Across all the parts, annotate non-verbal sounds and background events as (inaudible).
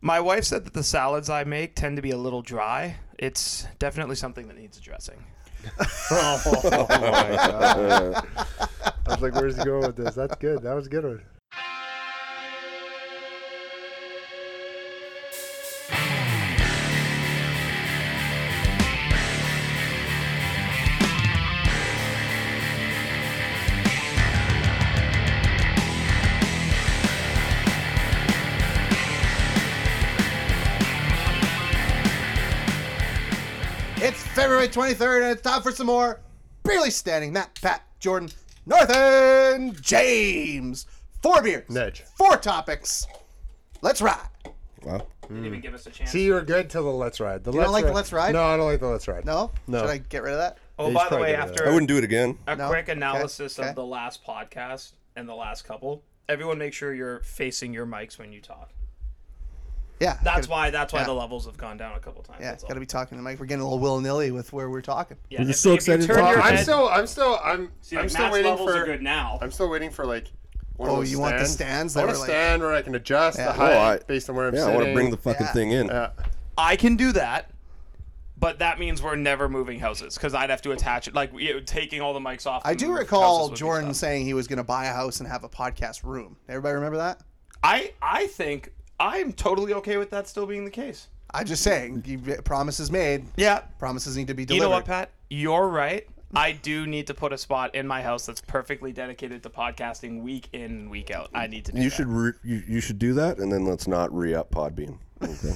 My wife said that the salads I make tend to be a little dry. It's definitely something that needs addressing. (laughs) oh my god! I was like, "Where's he going with this?" That's good. That was a good one. It's February 23rd, and it's time for some more Barely Standing. Matt, Pat, Jordan, Northern, James. Four beers. Nudge. Four topics. Let's ride. Wow. Didn't Hmm. even give us a chance. See, you were good till the let's ride. The You don't like the Let's Ride? No, I don't like the let's ride. No? No. Oh, Should I get rid of that? oh, He's by the probably way, good at after I wouldn't do it again. a No? quick Okay, analysis okay. of the last podcast and the last couple, everyone make sure you're facing your mics when you talk. Yeah. That's gotta- why. That's why yeah. the levels have gone down a couple times. Yeah, that's all. gotta be talking to Mike. We're getting a little will nilly with where we're talking. Yeah, We're so excited If you turn to Well, your talk. I'm head, still, I'm still, I'm, see, I'm like, still Matt's waiting levels for. are good now. I'm still waiting for like. One of Oh, those you want the stands I that want a were, like- stand where I can adjust Yeah. the height Oh, I- based on where I'm Yeah, sitting. I want to bring the fucking Yeah. thing in. Yeah. I can do that, but that means we're never moving houses because I'd have to attach it, like you know, taking all the mics off. I and do move recall houses would be Jordan tough. saying he was going to buy a house and have a podcast room. Everybody remember that? I I think I'm totally okay with that still being the case. I'm just saying, you- promises made, Yeah, promises need to be you delivered. know what, Pat? You're right. I do need to put a spot in my house that's perfectly dedicated to podcasting week in and week out. I need to do You that. should re- you, you should do that, and then let's not re (laughs) up Podbean. Okay.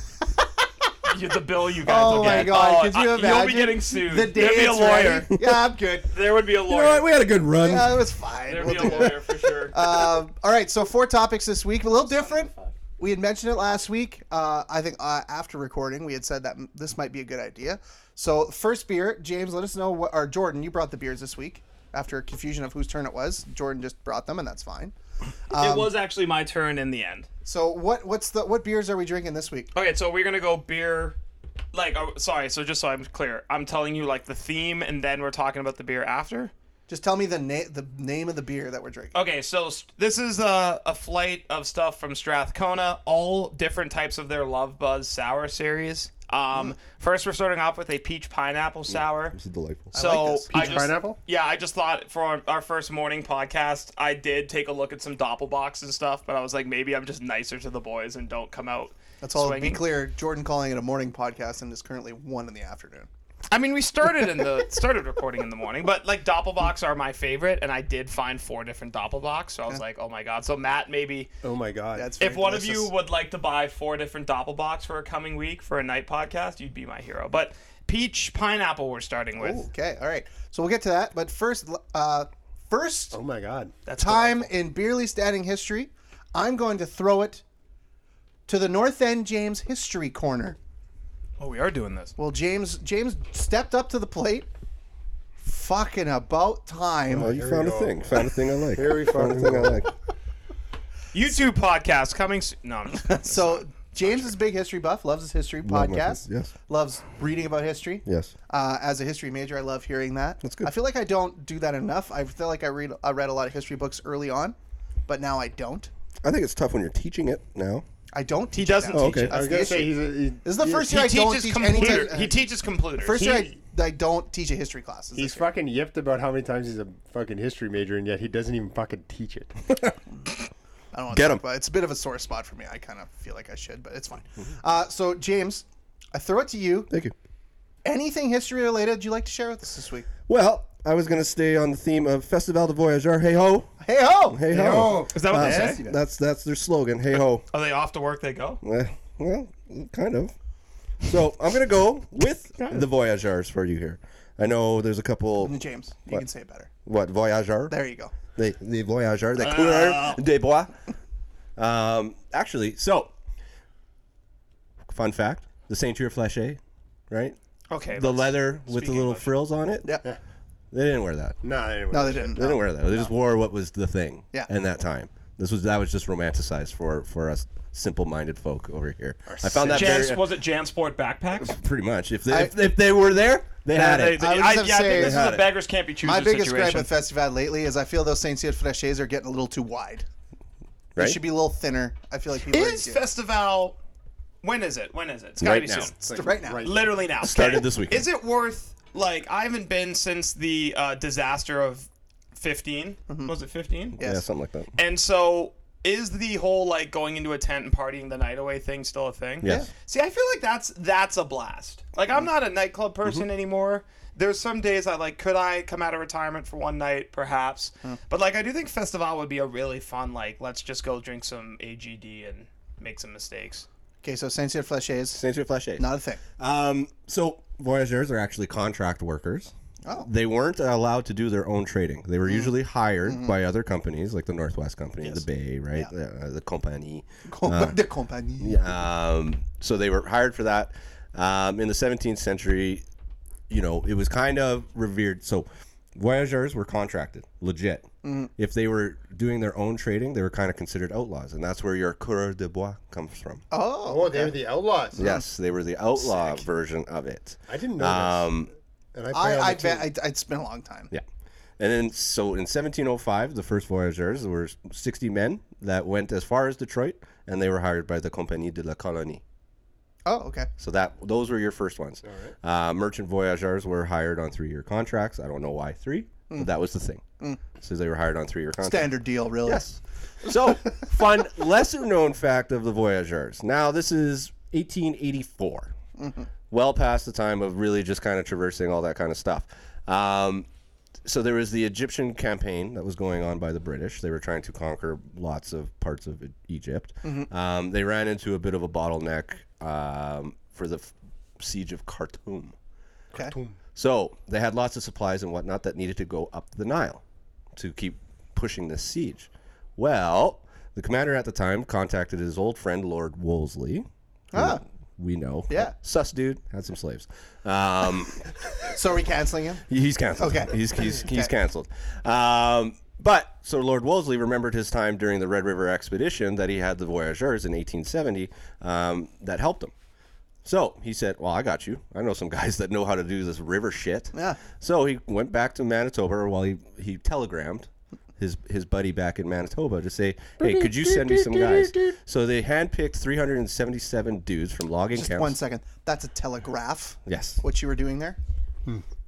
You- the bill you guys Oh will my get. God, could you I- You'll be imagine getting sued. The There'd day be a it's lawyer. ready. Yeah, I'm good. There would be (laughs) a You know what? lawyer. We had a good run. Yeah, it was fine. There'd We'll be a do it. lawyer for sure. (laughs) Um, all right, so four topics this week, a little different. We had mentioned it last week. Uh, I think uh, after recording, we had said that m- this might be a good idea. So first beer, James, let us know what. Or Jordan, you brought the beers this week after confusion of whose turn it was. Jordan just brought them, and that's fine. it was actually my turn in the end. So what? What's the what beers are we drinking this week? Okay, so we're gonna go beer. Like, oh, sorry. So just so I'm clear, I'm telling you like the theme, and then we're talking about the beer after. Just tell me the name the name of the beer that we're drinking. Okay, so st- this is a, a flight of stuff from Strathcona, all different types of their Love Buzz sour series. Um, First, we're starting off with a peach pineapple sour. This is delightful. So like this. I Peach just- pineapple? Yeah, I just thought for our, our first morning podcast, I did take a look at some doppelbox and stuff, but I was like, maybe I'm just nicer to the boys and don't come out. That's all. swinging. Be clear, Jordan calling it a morning podcast, and it's currently one in the afternoon. I mean, we started in (laughs) the started recording in the morning, but like doppelbox are my favorite, and I did find four different doppelbox, so I was like, oh my god. So Matt, maybe Oh my god. That's if very one of delicious. you would like to buy four different doppelbox for a coming week for a night podcast, you'd be my hero. But peach pineapple we're starting with. Ooh, okay, all right. So we'll get to that, but first, uh, first oh my god. That's time in Beerly Standing history, I'm going to throw it to the North End James History Corner. Oh, we are doing this. Well, James James stepped up to the plate. Fucking about time. Oh, you found a go. thing. Found a thing I like. Here we found a fucking thing I go. like. YouTube podcast coming soon. No, I'm just- so James is a big history buff, loves his history Love my podcast, history, yes. loves reading about history. Yes. Uh, as a history major, I love hearing that. That's good. I feel like I don't do that enough. I feel like I read I read a lot of history books early on, but now I don't. I think it's tough when you're teaching it now. I don't. he Teach doesn't Oh, teach okay. it. I That's was the gonna issue. say he's a. He, This is the first He year I don't teaches teach any completer. type- he teaches completer. First year He- I, I don't teach a history class. He's fucking yipped about how many times he's a fucking history major, and yet he doesn't even fucking teach (laughs) it. I don't wanna Get talk 'em. about it. It's a bit of a sore spot for me. I kind of feel like I should, but it's fine. Uh, so James, I throw it to you. Thank you. Anything history related you would like to share with us this week? Well, I was going to stay on the theme of Festival de Voyageurs. Hey ho. Hey ho! Hey ho. Is that what they Uh, say? that's that's their slogan. Hey ho. Are they off to work? They go. Eh, well, kind of. So I'm gonna go with the Voyageurs for you here. I know there's a couple. James, you can say it better. What Voyageurs? There you go. The the Voyageurs, the coureurs des bois. Um, actually, so fun fact: the Saint-Cyr Fléchet, right? Okay. The let's- leather with the speaking little of- frills on it. Yeah. They didn't wear that. no, anyway. No, they didn't. They didn't wear that. They just wore what was the thing. Yeah. In that time, this was that was just romanticized for for us simple-minded folk over here. I found that Jans, very, was it Jansport backpacks? pretty much. If they I- if, if they were there, they had They- it. they- I was I, gonna yeah, I say- think this They is had a it. beggars can't be choosers My biggest gripe situation. with Festival lately is I feel those Saint Cyr Frechets are getting a little too wide. They Right? should be a little thinner. I feel like people are Is getting- Festival When is it? When is it? It's gotta Right be now. soon. It's right now. Literally now. Started Okay. this weekend. Is it worth like I haven't been since the uh, disaster of 15 Was it fifteen? Yeah, Yes. something like that. And so is the whole like going into a tent and partying the night away thing still a thing? Yes. See, I feel like that's that's a blast. Like I'm not a nightclub person Mm-hmm. anymore. There's some days I like could I come out of retirement for one night perhaps. But like I do think festival would be a really fun like let's just go drink some AGD and make some mistakes. Okay, so Saint Cyr Fleche is Saint Cyr Flashade. not a thing. Um, so voyageurs are actually contract workers. Oh. Mm. They weren't allowed to do their own trading. They were usually hired Mm-hmm. by other companies, like the Northwest Company, the Bay, right, the, uh, the Compagnie. Uh. (laughs) the compagnie. Um, so they were hired for that. Um, in the 17th century, you know, it was kind of revered. So voyageurs were contracted, legit. If they were doing their own trading, they were kind of considered outlaws, and that's where your coureur de bois comes from. Oh, Oh, they were the Outlaws. Yes, they were the outlaw version of it. I didn't know Um, this. And I, play Uh, I, on I the bet team. I, it's been a long time. Yeah. And then, so in 1705, the first voyageurs were 60 men that went as far as Detroit, and they were hired by the Compagnie de la Colonie. Oh, okay. So that those were your first ones. Uh, merchant voyageurs were hired on three-year contracts. I don't know why three, but that was the thing. So they were hired on three-year contracts. Standard deal, really. Yes. So, fun lesser-known fact of the voyageurs. Now, this is 1884, well past the time of really just kind of traversing all that kind of stuff. Um, so there was the Egyptian campaign that was going on by the British. They were trying to conquer lots of parts of E- Egypt. Um, they ran into a bit of a bottleneck um, for the f- siege of Khartoum. Okay. So they had lots of supplies and whatnot that needed to go up the Nile to keep pushing this siege. Well, the commander at the time contacted his old friend Lord Wolseley. who Ah. We know. Yeah. Sus dude had some slaves. Um, So are we canceling him? He's canceled. Okay. He's he's, he's canceled. Um, but so Lord Wolseley remembered his time during the Red River expedition that he had the voyageurs in 1870 um, that helped him. So he said, "Well, I got you. I know some (laughs) guys that know how to do this river shit." Yeah. So he went back to Manitoba while he he telegrammed his his buddy back in Manitoba to say, "Hey, could you send me some guys?" So they handpicked 377 dudes from logging camps. One second. That's a telegraph. Yes. What you were doing there?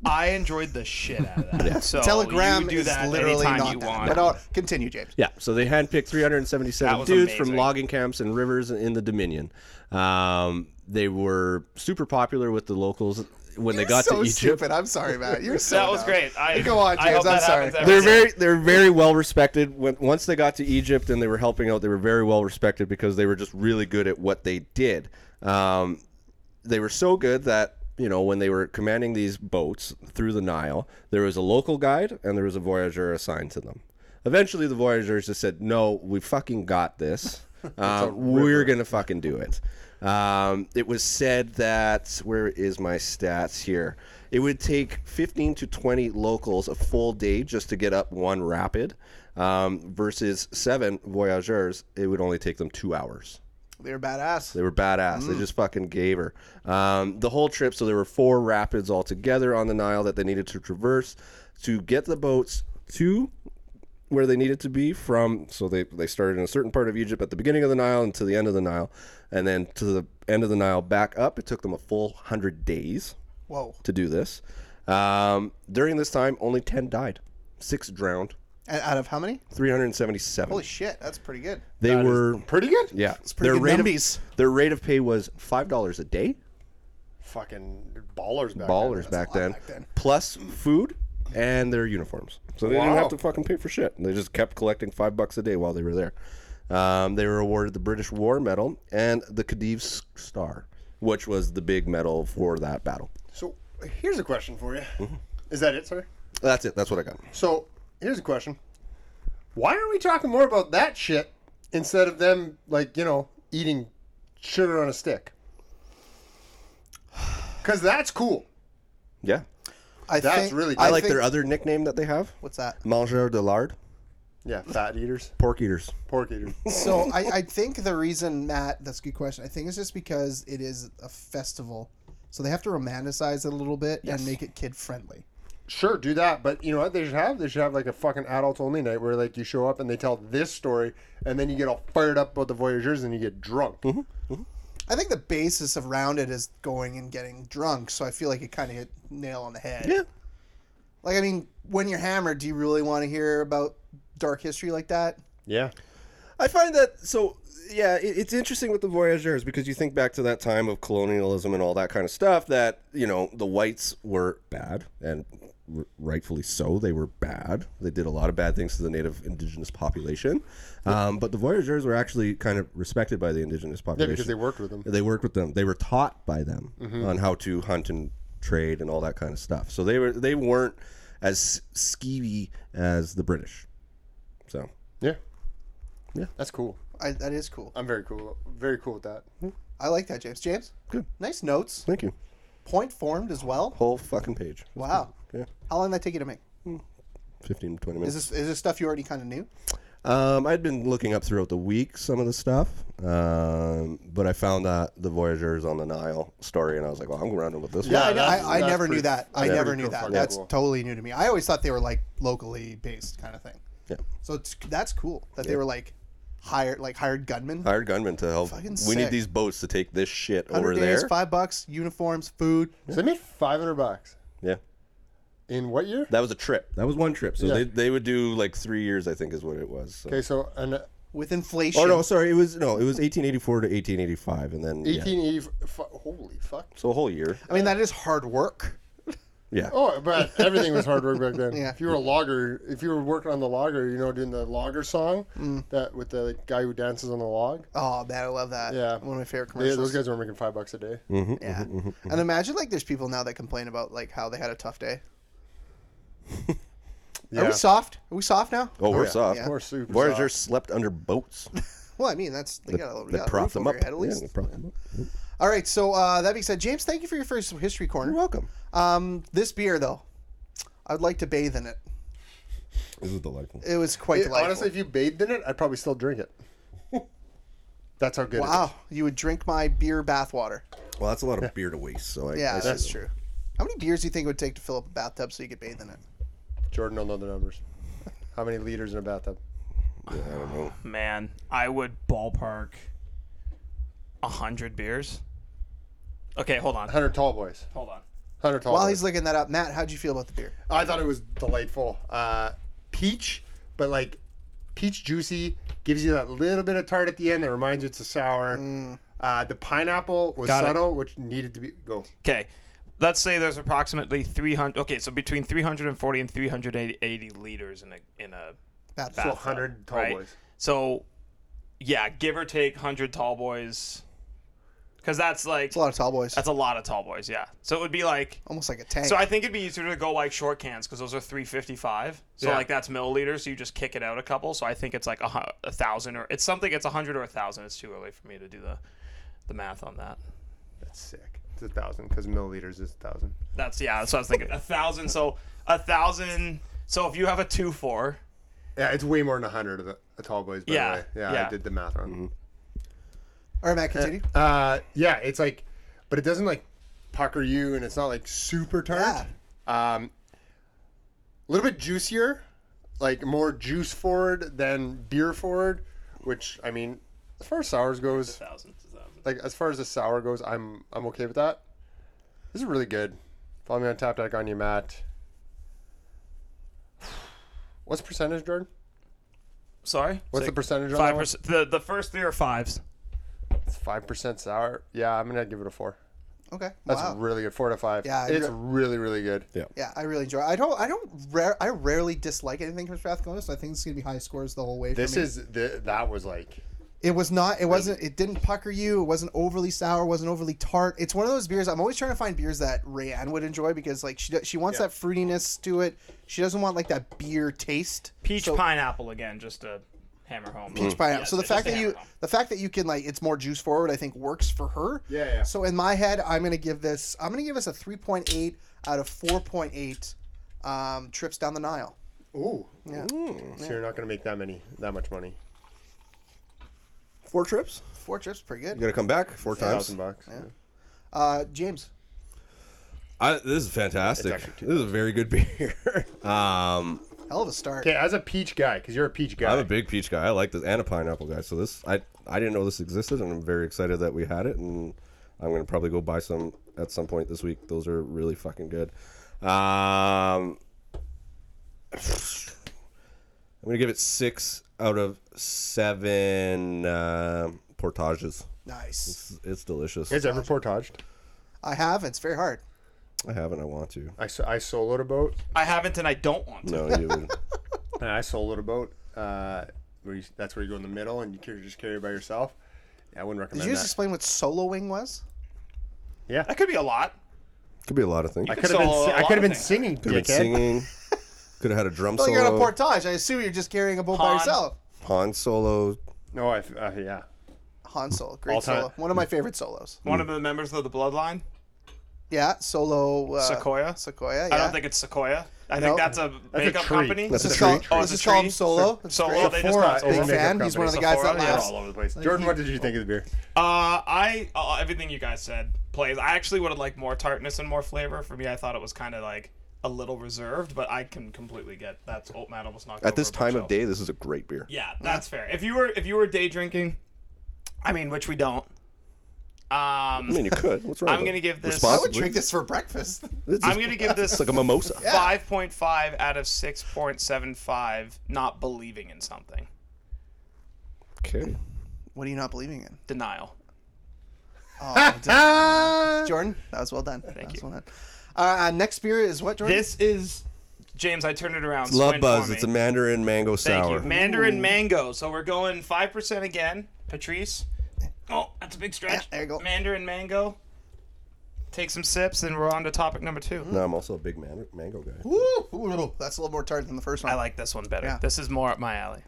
I enjoyed the shit out of that. So Telegram you do is that literally anytime not you that. want. But uh, continue, James. Yeah, so they handpicked That 377 was dudes from amazing. logging camps and rivers in the Dominion. Um, they were super popular with the locals when they got so to Egypt. stupid. I'm sorry, (laughs) Matt. You're so that was dumb. great. I, Go on, I James. hope I'm that sorry. happens every They're day. very they're very well respected. When, once they got to Egypt and they were helping out, they were very well respected because they were just really good at what they did. Um, they were so good that you know when they were commanding these boats through the Nile, there was a local guide and there was a voyageur assigned to them. Eventually, the voyageurs just said, "No, we fucking got this. Um, we're gonna fucking do it." Um, it was said that where is my stats here? It would take 15 to 20 locals a full day just to get up one rapid, um, versus seven voyageurs. It would only take them two hours. They were badass. They were badass. Mm. They just fucking gave her. Um, the whole trip, so there were four rapids altogether on the Nile that they needed to traverse to get the boats to where they needed to be from. So they, they started in a certain part of Egypt at the beginning of the Nile and to the end of the Nile. And then to the end of the Nile back up. It took them a full 100 days Whoa. to do this. Um, during this time, only 10 died, six drowned, And out of how many? 377. Holy shit, that's pretty good. they were. Pretty good. yeah, pretty good rate numbies. of their rate of pay was five dollars a day. Fucking ballers back. ballers then. back then, back then. plus food and their uniforms. So they didn't Wow. have to fucking pay for shit. They just kept collecting five bucks a day while they were there. Um, they were awarded the British War Medal and the Khedive Star, which was the big medal for that battle. So here's a question for you. Mm-hmm. Is that it, sir? That's it. That's what I got. So here's a question. Why are we talking more about that shit instead of them like you know eating sugar on a stick? Because that's cool. Yeah, I That's think, really I, I like think- their other nickname that they have, What's that? Mangeur de Lard, Yeah, fat eaters, pork eaters. pork eaters. (laughs) (laughs) So I, I think the reason Matt, that's a good question. I think it's just because it is a festival, so they have to romanticize it a little bit and make it kid friendly. Sure, do that, but you know what they should have? They should have like a fucking adult only night where like you show Mm-hmm. up and they tell this story, and then you get all fired up about the voyageurs and you get drunk. I think the basis of rounded is going and getting drunk. So I feel like it kind of hit nail on the head. Yeah. Like I mean, when you're hammered, do you really want to hear about dark history like that? Yeah. I find that so. Yeah, it, it's interesting with the voyageurs because you think back to that time of colonialism and all that kind of stuff. That you know the whites were bad and r- rightfully so. They were bad. They did a lot of bad things to the native indigenous population. Um, but the voyageurs were actually kind of respected by the indigenous Yeah, population because they worked with them. Mm-hmm. They worked with them. They were taught by them on how to hunt and trade and all that kind of stuff. So they were they weren't as skeevy as the British. So Yeah. Yeah. That's cool. I, that is cool. I'm very cool. Very cool with that. I like that, James. James, Good. Nice notes. thank you. Point formed as well. Whole fucking page. Wow. Yeah. How long did that take you to make? 15 20 Is minutes. this is this stuff you already kind of knew? Um, I'd been looking up throughout the week some of the stuff, um, but I found that the Voyageurs on the Nile story, and I was like, well, I'm going to run with this Yeah, one. I, that's- I, I that's never knew pretty- that. I that's never pretty knew cool. that. Fucking That's cool. totally new to me. I always thought they were like locally based kind of thing. Yeah. So it's that's cool that they were like hired like hired gunmen. Hired gunmen to help. Fucking we sick. need these boats to take this shit over 100 days, there. five bucks, uniforms, food. So they made 500 bucks Yeah. in what year? That was a trip. That was one trip. So Yeah. they, they would do like three years, I think, is what it was. so. Okay, so an With inflation, Oh, no, sorry. It was, no, it was 1884 to 1885, and then. Yeah. 1880. F- holy fuck. So a whole year. I mean that is hard work. Yeah. Oh, (laughs) but everything was hard work back then. Yeah. If you were a logger, if you were working on the logger, you know, doing the logger song Mm. that with the guy who dances on the log. Oh man, I love that. Yeah. one of my favorite They, commercials. Mm. those guys Mm-hmm, were making five bucks a day. yeah, and imagine like there's people now that complain about like how they had a tough day. Are Yeah. we soft? Are we soft now? Oh, we're yeah. soft. Yeah. We're super Voyageurs slept (laughs) under boats. Well, I mean that's they got a little They got a propped roof them over up. your head at Yeah, least. they propped them up. All right, so uh, that being said, James, thank you for your first history corner. You're welcome. Um, this beer though, I'd like to bathe in it. This is delightful. It was quite It- delightful. honestly, if you bathed in it, I'd probably still drink (laughs) it. That's how good wow, you would drink my beer bathwater. Well, that's a lot of beer to waste. So I, Yeah, I see that's that. true. How many beers do you think it would take to fill up a bathtub so you could bathe in it? it is. Jordan will know the numbers. How many liters in a bathtub? Yeah, I don't know. Man, I would ballpark a hundred beers. Okay, hold on. 100 tall boys. Hold on. 100 tall While boys. he's looking that up, Matt, how'd you feel about the beer? I thought it was delightful. Uh, peach, but like peach juicy, gives you that little bit of tart at the end that reminds you it's a sour. Uh, the pineapple was Mm. Got it. subtle, which needed to be go. Okay. Let's say there's approximately 300. Okay, so between 340 and 380 liters in a in a Bath- bathtub, 100 tall right? boys. So, yeah, give or take 100 tall boys, because that's like It's a lot of tall boys. that's a lot of tall boys. Yeah. So it would be like. Almost like a tank. So I think it'd be easier to go like short cans because those are 355. So Yeah. like that's milliliters. So you just kick it out a couple. So I think it's like a, hu- a thousand or it's something. It's a hundred or a thousand. It's too early for me to do the the math on that. That's sick. It's a thousand because milliliters is a thousand. That's yeah. That's what I was thinking. A thousand. So a thousand. So if you have a two four, Yeah, it's way more than 100 of the, the tall boys, by Yeah, the way. Yeah, yeah. I did the math on Mm-hmm. All right, Matt, continue. Uh, yeah, it's like, but it doesn't like pucker you, and it's not like super tart. Um, a little bit juicier, like more juice forward than beer forward, which I mean, as far as sours goes, thousand, a thousand. like as far as the sour goes, I'm I'm okay with that. This is really good. Follow me on Tap Deck on you, Matt. What's percentage, Jordan? Sorry. What's the percentage on Five percent. The the first three are fives. Five percent sour. Yeah, I'm gonna give it a four. okay. That's wow. really good. Four to five. Yeah, I it's re- really really good. Yeah. yeah, I really enjoy. It. I don't. I don't. Rare, I rarely dislike anything from Strathcona, so I think it's gonna be high scores the whole way. This for me. is the, that was like It was not. It wasn't. It didn't pucker you. It wasn't overly sour. Wasn't overly tart. It's one of those beers. I'm always trying to find beers that Rayanne would enjoy because like she do- she wants that fruitiness to it. She doesn't want like that beer taste. Peach So- pineapple again, just to hammer home. Mm. Peach pineapple. Yeah, so the just fact to that hammer you home. the fact that you can like it's more juice forward, I think works for her. Yeah, yeah. So in my head, I'm gonna give this. I'm gonna give us a 3.8 out of 4.8 um, trips down the Nile. ooh. Yeah. So you're not gonna make that many that much money. Four trips. Four trips, pretty You good. gotta come back four times. Thousand bucks. Uh, James, I, this is fantastic. actually two This is a very good beer. (laughs) um, hell of a start. Okay, as a peach guy, because you're a peach guy. I'm a big peach guy. I like this and a pineapple guy. So this, I, I didn't know this existed, and I'm very excited that we had it. And I'm gonna probably go buy some at some point this week. Those are really fucking good. Um, I'm gonna give it six out of seven uh, portages. Nice. It's, it's delicious. You guys ever portaged? I have. It's very hard. I haven't. I (laughs) want to. I, so- I soloed a boat. I haven't, and I don't want to. No, you. would. Uh, I soloed a boat. Uh, where you, that's where you go in the middle and you can just carry it by yourself. Yeah, I wouldn't Did recommend you that. just explain what soloing was? That could be a lot. Could be a lot of things. I Could could have been. solo si- a I lot could have of been things. singing. have been dickhead. (laughs) singing. Could have had a drum Well, you're on a solo. portage. I assume you're just carrying a boat by Han. yourself. Han Solo. No, I. f- Uh, yeah. Han Solo, great All time- solo. One of my favorite solos. One of the members of the bloodline, Yeah, solo. Uh, Sequoia. Sequoia. Yeah. I don't think it's Sequoia. I No. think that's a a makeup tree. company. That's This a is tree. called, Oh, this it's is a called tree? Solo. It's Solo. They great. just Sephora call it is a Sephora. makeup fan. He's company. one of the guys Sephora, that they're laughs. all over the place. Jordan, what did you think of the beer? Uh, I uh, everything you guys said plays. I actually would have liked more tartness and more flavor. For me, I thought it was kind of like a little reserved, but I can completely get that's old man almost knocked At this over a time of bookshelf. day, this is a great beer. Yeah, that's fair. If you were if you were day drinking, I mean, which we don't. I Um, mean, you could. What's wrong? I'm with it? gonna give this- I Responsibly. would drink this for breakfast. It's I'm just- gonna give this It's (laughs) like a mimosa. five point five out of six point seven five. Not believing in something. Okay. what are you not believing in? Denial. Oh, Jordan, that was well done. Thank you. Well done. Uh, uh, next beer is what, Jordan? This is James. I turned it around. Love Squint Buzz. for me. It's a mandarin mango Thank sour. you. Mandarin mango. So we're going five percent again. Patrice. Oh, that's a big stretch. Yeah, there you go. Mandarin mango. Take some sips, then we're on to topic number two. Mm-hmm. no, I'm also a big man- mango guy. Woo! Ooh, that's a little more tart than the first one. I like this one better. Yeah. Uh, This is more up my alley.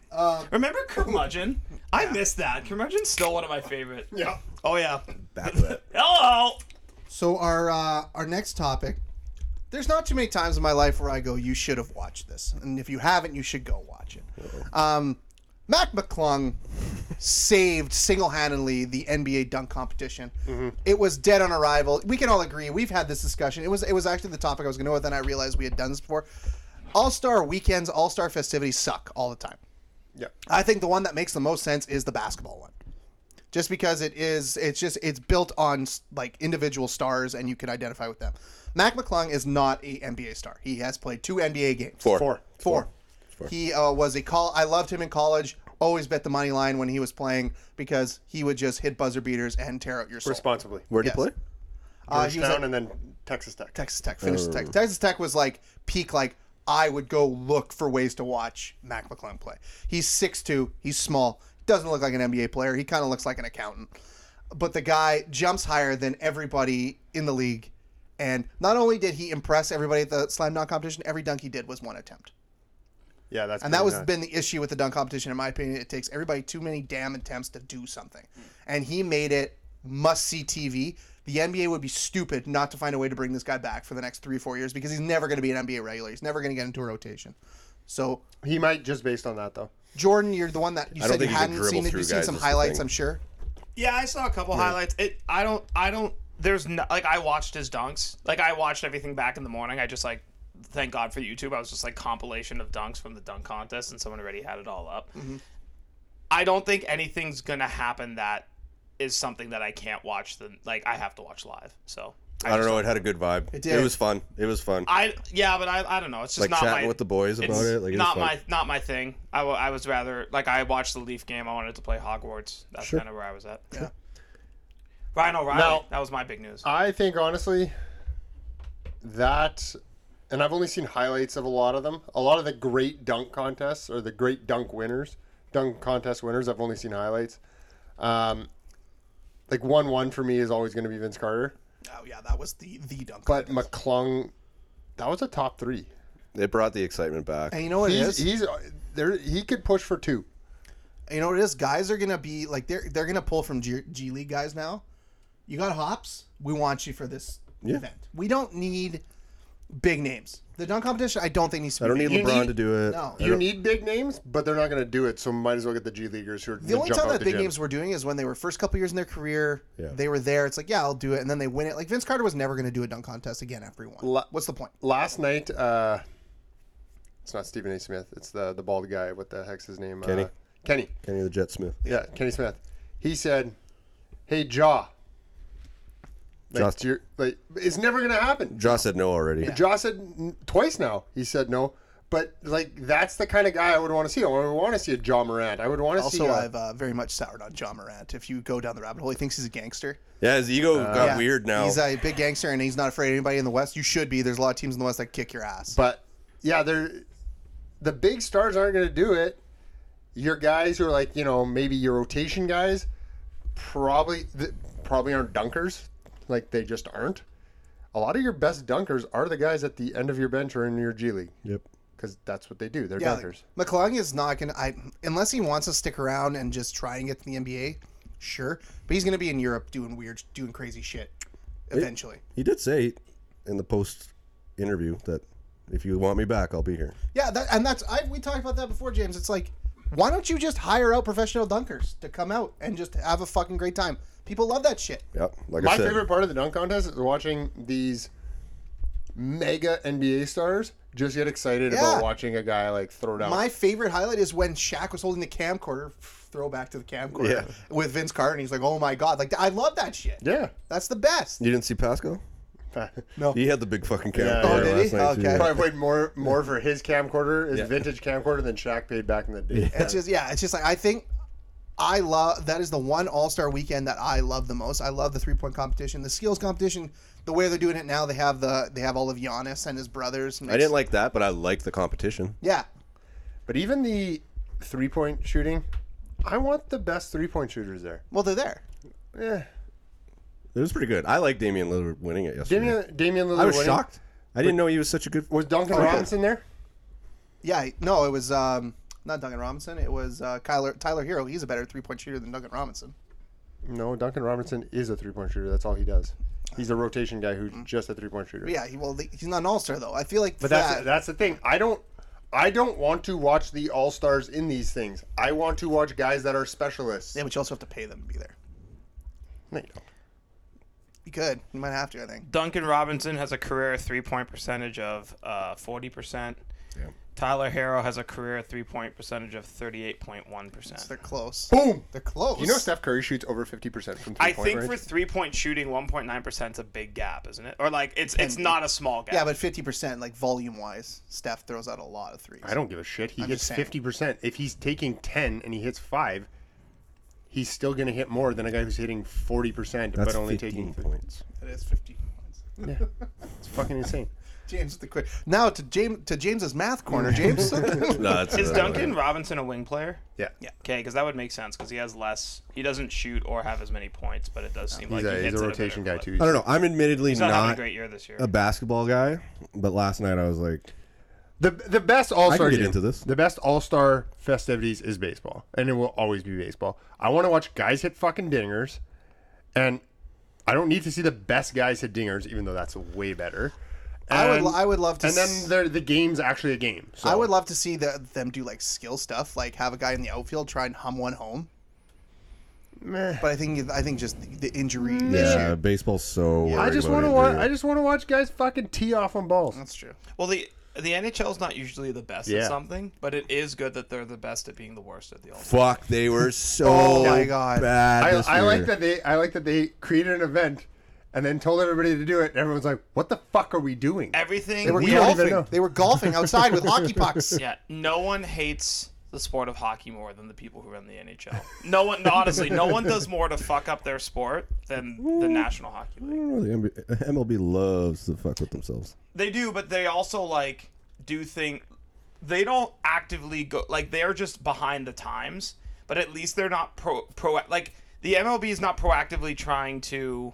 Remember curmudgeon? I missed that. Curmudgeon's still one of my favorite. Yeah. Oh yeah. Back to that. Hello. So our uh, our next topic. There's not too many times in my life where I go, you should have watched this, and if you haven't, you should go watch it. Um, Mac McClung saved single-handedly the NBA dunk competition. It was dead on arrival. We can all agree. We've had this discussion. It was it was actually the topic I was going to go with, and I realized we had done this before. All-star weekends, all-star festivities suck all the time. Yeah. I think the one that makes the most sense is the basketball one. Just because it is, it's just it's built on s- like individual stars, and you can identify with them. Mac McClung is not a NBA star. He has played two NBA games. Four. Four. Four. He uh, was a call. I loved him in college. Always bet the money line when he was playing because he would just hit buzzer beaters and tear out your soul. Responsibly. Where'd Yes. you play? Uh, he was Georgetown at and then Texas Tech. Texas Tech. Finished Texas Tech. Texas Tech was like peak. Like I would go look for ways to watch Mac McClung play. He's 6'2", He's small. Doesn't look like an NBA player. He kind of looks like an accountant. But the guy jumps higher than everybody in the league. And not only did he impress everybody at the slam dunk competition, every dunk he did was one attempt. Yeah, that's. And that was pretty been the issue with the dunk competition, in my opinion. It takes everybody too many damn attempts to do something, Hmm. and he made it must see TV. The NBA would be stupid not to find a way to bring this guy back for the next three, four years because he's never going to be an NBA regular. He's never going to get into a rotation. So, nice. He might just based on that though. Jordan, you're the one that you I don't said you think you can hadn't dribble seen it. through You've seen guys, some that's the highlights, thing. I'm sure. Yeah, I saw a couple highlights. It. I don't. I don't. There's no, like I watched his dunks. Like I watched everything back in the morning. I just like thank God for YouTube. I was just like compilation of dunks from the dunk contest, and someone already had it all up. Mm-hmm. I don't think anything's gonna happen that is something that I can't watch. Then like I have to watch live. So I, don't know. It had a good vibe. It did. was fun. It was fun. I yeah, but I, I don't know. It's just like not chatting my, with the boys it's about it. Like it was not fun. my not my thing. I wa- I was rather like I watched the Leaf game. I wanted to play Hogwarts. That's kind of where I was at. Yeah. (laughs) Ryan O'Reilly. Now- that was my big news. I think honestly, that, and I've only seen highlights of a lot of them. A lot of the great dunk contests or the great dunk winners, dunk contest winners. I've only seen highlights. Um, like one one for me is always going to be Vince Carter, Oh yeah, that was the the dunk. but McClung, that was a top three. It brought the excitement back. and you know what it He's, is? he's uh, there. He could push for two. you know what it is? Guys are gonna be like they're they're gonna pull from G, G League guys now. You got hops. We want you for this event. We don't need big names. The dunk competition, I don't think needs to be. I don't big. need You LeBron need- to do it. No. I You don't- need big names, but they're not going to do it. So might as well get the G leaguers who are the only jump time out that the big gym. names were doing is when they were first couple years in their career. Yeah. They were there. It's like, yeah, I'll do it, and then they win it. Like Vince Carter was never going to do a dunk contest again after he won. La- What's the point? last night uh it's not Stephen A. Smith. It's the the bald guy. What the heck's his name? Kenny. Uh, Kenny. Kenny the Jet Smith. Yeah, Kenny Smith. He said, "Hey, Jaw." Like, Jaws- to your- like, it's never gonna happen. Josh said no already. Jaw said n- twice now. He said no, but like that's the kind of guy I would want to see. I would want to see a Jaw Morant. I would want to see. Also, a- I've uh, very much soured on John Morant. If you go down the rabbit hole, he thinks he's a gangster. Yeah, his ego got Uh, Yeah. weird now. He's a big gangster and he's not afraid of anybody in the West. You should be. There's a lot of teams in the West that kick your ass. But yeah, they're the big stars aren't going to do it. Your guys who are like you know maybe your rotation guys probably th- probably aren't dunkers. Like they just aren't. A lot of your best dunkers are the guys at the end of your bench or in your G League. Yep. Because that's what they do. They're yeah, dunkers. like, McClung is not gonna. I unless he wants to stick around and just try and get to the NBA, sure. But he's gonna be in Europe doing weird, doing crazy shit eventually. He did say in the post interview that if you want me back, I'll be here. Yeah, that, and that's I, we talked about that before, James. It's like, why don't you just hire out professional dunkers to come out and just have a fucking great time? People love that shit. Yep. Like My I said, favorite part of the dunk contest is watching these mega NBA stars just get excited Yeah. about watching a guy like throw down. My favorite highlight is when Shaq was holding the camcorder, throwback to the camcorder Yeah. with Vince Carter, and he's like, "Oh my god!" Like I love that shit. (laughs) yeah. That's the best. you didn't see Pasco? No. He had the big fucking camera. Oh, did there last he? night, too. Okay. Probably paid more more for his camcorder, his vintage camcorder, than Shaq paid back in the day. It's just yeah, it's just like I think I love that is the one All Star weekend that I love the most. I love the three point competition, the skills competition, the way they're doing it now. They have the they have all of Giannis and his brothers. I didn't like that, but I liked the competition. Yeah, But even the three point shooting, I want the best three point shooters there. Eh. well they're there. Yeah, It was pretty good. I like Damian Lillard winning it yesterday. Damian Damian Lillard. I was winning. shocked. I didn't know he was such a good. Was Duncan Robinson there? Yeah, no, it was um, not Duncan Robinson. It was uh, Kyler Tyler Hero. He's a better three point shooter than Duncan Robinson. No, Duncan Robinson is a three point shooter. That's all he does. He's a rotation guy who's just a three point shooter. But yeah, he, well he's not an All Star though. I feel like But that's that's the thing. I don't I don't want to watch the all stars in these things. I want to watch guys that are specialists. yeah, but you also have to pay them to be there. No, you don't. You could, you might have to. I think. Duncan Robinson has a career three point percentage of uh, forty percent. Yeah. Tyler Harrow has a career three point percentage of thirty eight point one percent. They're close. Boom. They're close. You know Steph Curry shoots over fifty percent from three I point think range. for three point shooting, one point nine percent is a big gap, isn't it? Or like it's it's not a small gap. Yeah, but fifty percent, like volume wise, Steph throws out a lot of threes. I don't give a shit. He just hits saying. fifty percent. If he's taking ten and he hits five, he's still gonna hit more than a guy who's hitting forty percent but That's only 15 taking. points. It is fifty points. It's fucking insane. James with the quick. Now to James to James's math corner, (laughs) James. No, that's Is Duncan Robinson a wing player? Yeah. Yeah. Okay, because that would make sense because he has less. He doesn't shoot or have as many points, but it does seem like He's, he a, he's hits a it rotation better guy clip. too. I don't know. I'm admittedly He's not, not, having a great year this year. a basketball guy, but last night I was like, The the best all I can star get into this. The best all star festivities is baseball, and it will always be baseball. I want to watch guys hit fucking dingers, and I don't need to see the best guys hit dingers, even though that's way better. I would And- lo- I would love to And s- then there- the game's actually a game. So I would love to see the, them do like skill stuff, like have a guy in the outfield try and hum one home. Meh. But I think I think just the, the injury. yeah, baseball's so. I worried just about want to watch. injury. I just want to watch guys fucking tee off on balls. That's true. well, the the NHL's not usually the best Yeah. at something, but it is good that they're the best at being the worst at the all. Fuck, they were so Oh my God. bad. I, this I like year. that they. I like that they created an event, and then told everybody to do it. And everyone's like, "What the fuck are we doing?" Everything They were We don't even know. golfing. They were golfing (laughs) outside with hockey pucks. Yeah, no one hates the sport of hockey more than the people who run the NHL. No one, honestly, no one does more to fuck up their sport than (laughs) the National Hockey League. Oh, the NBA MLB loves to fuck with themselves. They do, but they also like do think they don't actively go like they're just behind the times. But at least they're not pro pro like the MLB is not proactively trying to.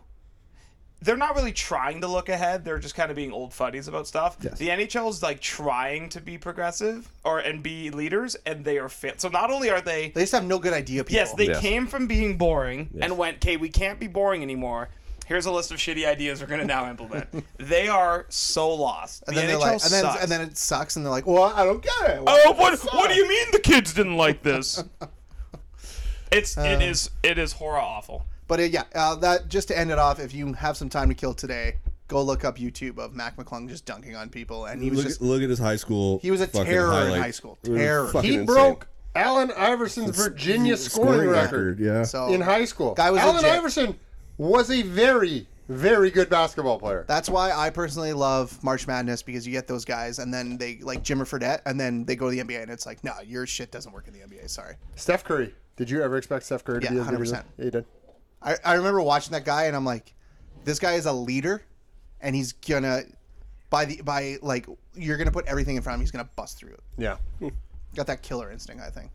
They're not really trying to look ahead. They're just kind of being old fuddies about stuff. The NHL is like trying to be progressive or and be leaders, and they are fit. So not only are they They just have no good idea. People. Yes, they Yes. came from being boring and went, okay, we can't be boring anymore. Here's a list of shitty ideas we're going to now implement. (laughs) they are so lost. and the NHL then they're like, and then, sucks. and then it sucks, and they're like, "Oh," "Well, I don't get it." oh, what, what do you mean the kids didn't like (laughs) this? it's Uh. it is it is horror awful. But uh, yeah, uh, that just to end it off. If you have some time to kill today, go look up YouTube of Mac McClung just dunking on people, and he was Look, just look at his high school. He was a fucking terror in highlight. high school. It was Terror. fucking He insane. broke Allen Iverson's Virginia scoring, record, yeah. So in high school. Guy was Allen legit. Iverson was a very, very good basketball player. That's why I personally love March Madness because you get those guys and then they like Jimmer Fredette and then they go to the NBA and it's like, no, your shit doesn't work in the NBA. Sorry. Steph Curry. Did you ever expect Steph Curry to Yeah, be as good as 100%. Yeah, you did. I, I remember watching that guy and I'm like, this guy is a leader and he's gonna by the by like you're gonna put everything in front of him, he's gonna bust through it. Yeah. (laughs) Got that killer instinct, I think.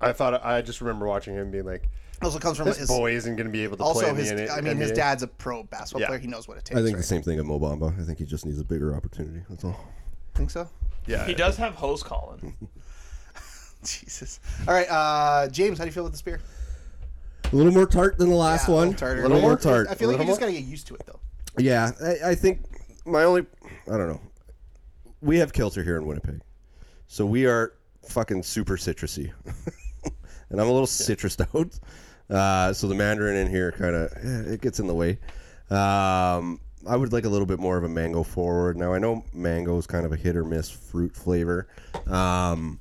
I thought I just remember watching him being like, Also comes from this his boy isn't going to be able to play also in his the N- I mean his NBA. dad's a pro basketball Yeah. player, he knows what it takes. I think the right? same thing of Mobamba. I think he just needs a bigger opportunity. That's all. think so. (laughs) Yeah. He does have hose Colin. Jesus. All right, uh James, how do you feel with the spear? A little more tart than the last Yeah, a one. little tarter. A little more I feel tart. like- I feel like you Little just gotta get used to it though. Yeah, I, I think my only, I don't know. We have kilter here in Winnipeg, so we are fucking super citrusy, (laughs) and I'm a little citrused (laughs) out. Uh, so the Mandarin in here kind of it gets in the way. Um, I would like a little bit more of a mango forward. Now I know mango is kind of a hit or miss fruit flavor, um,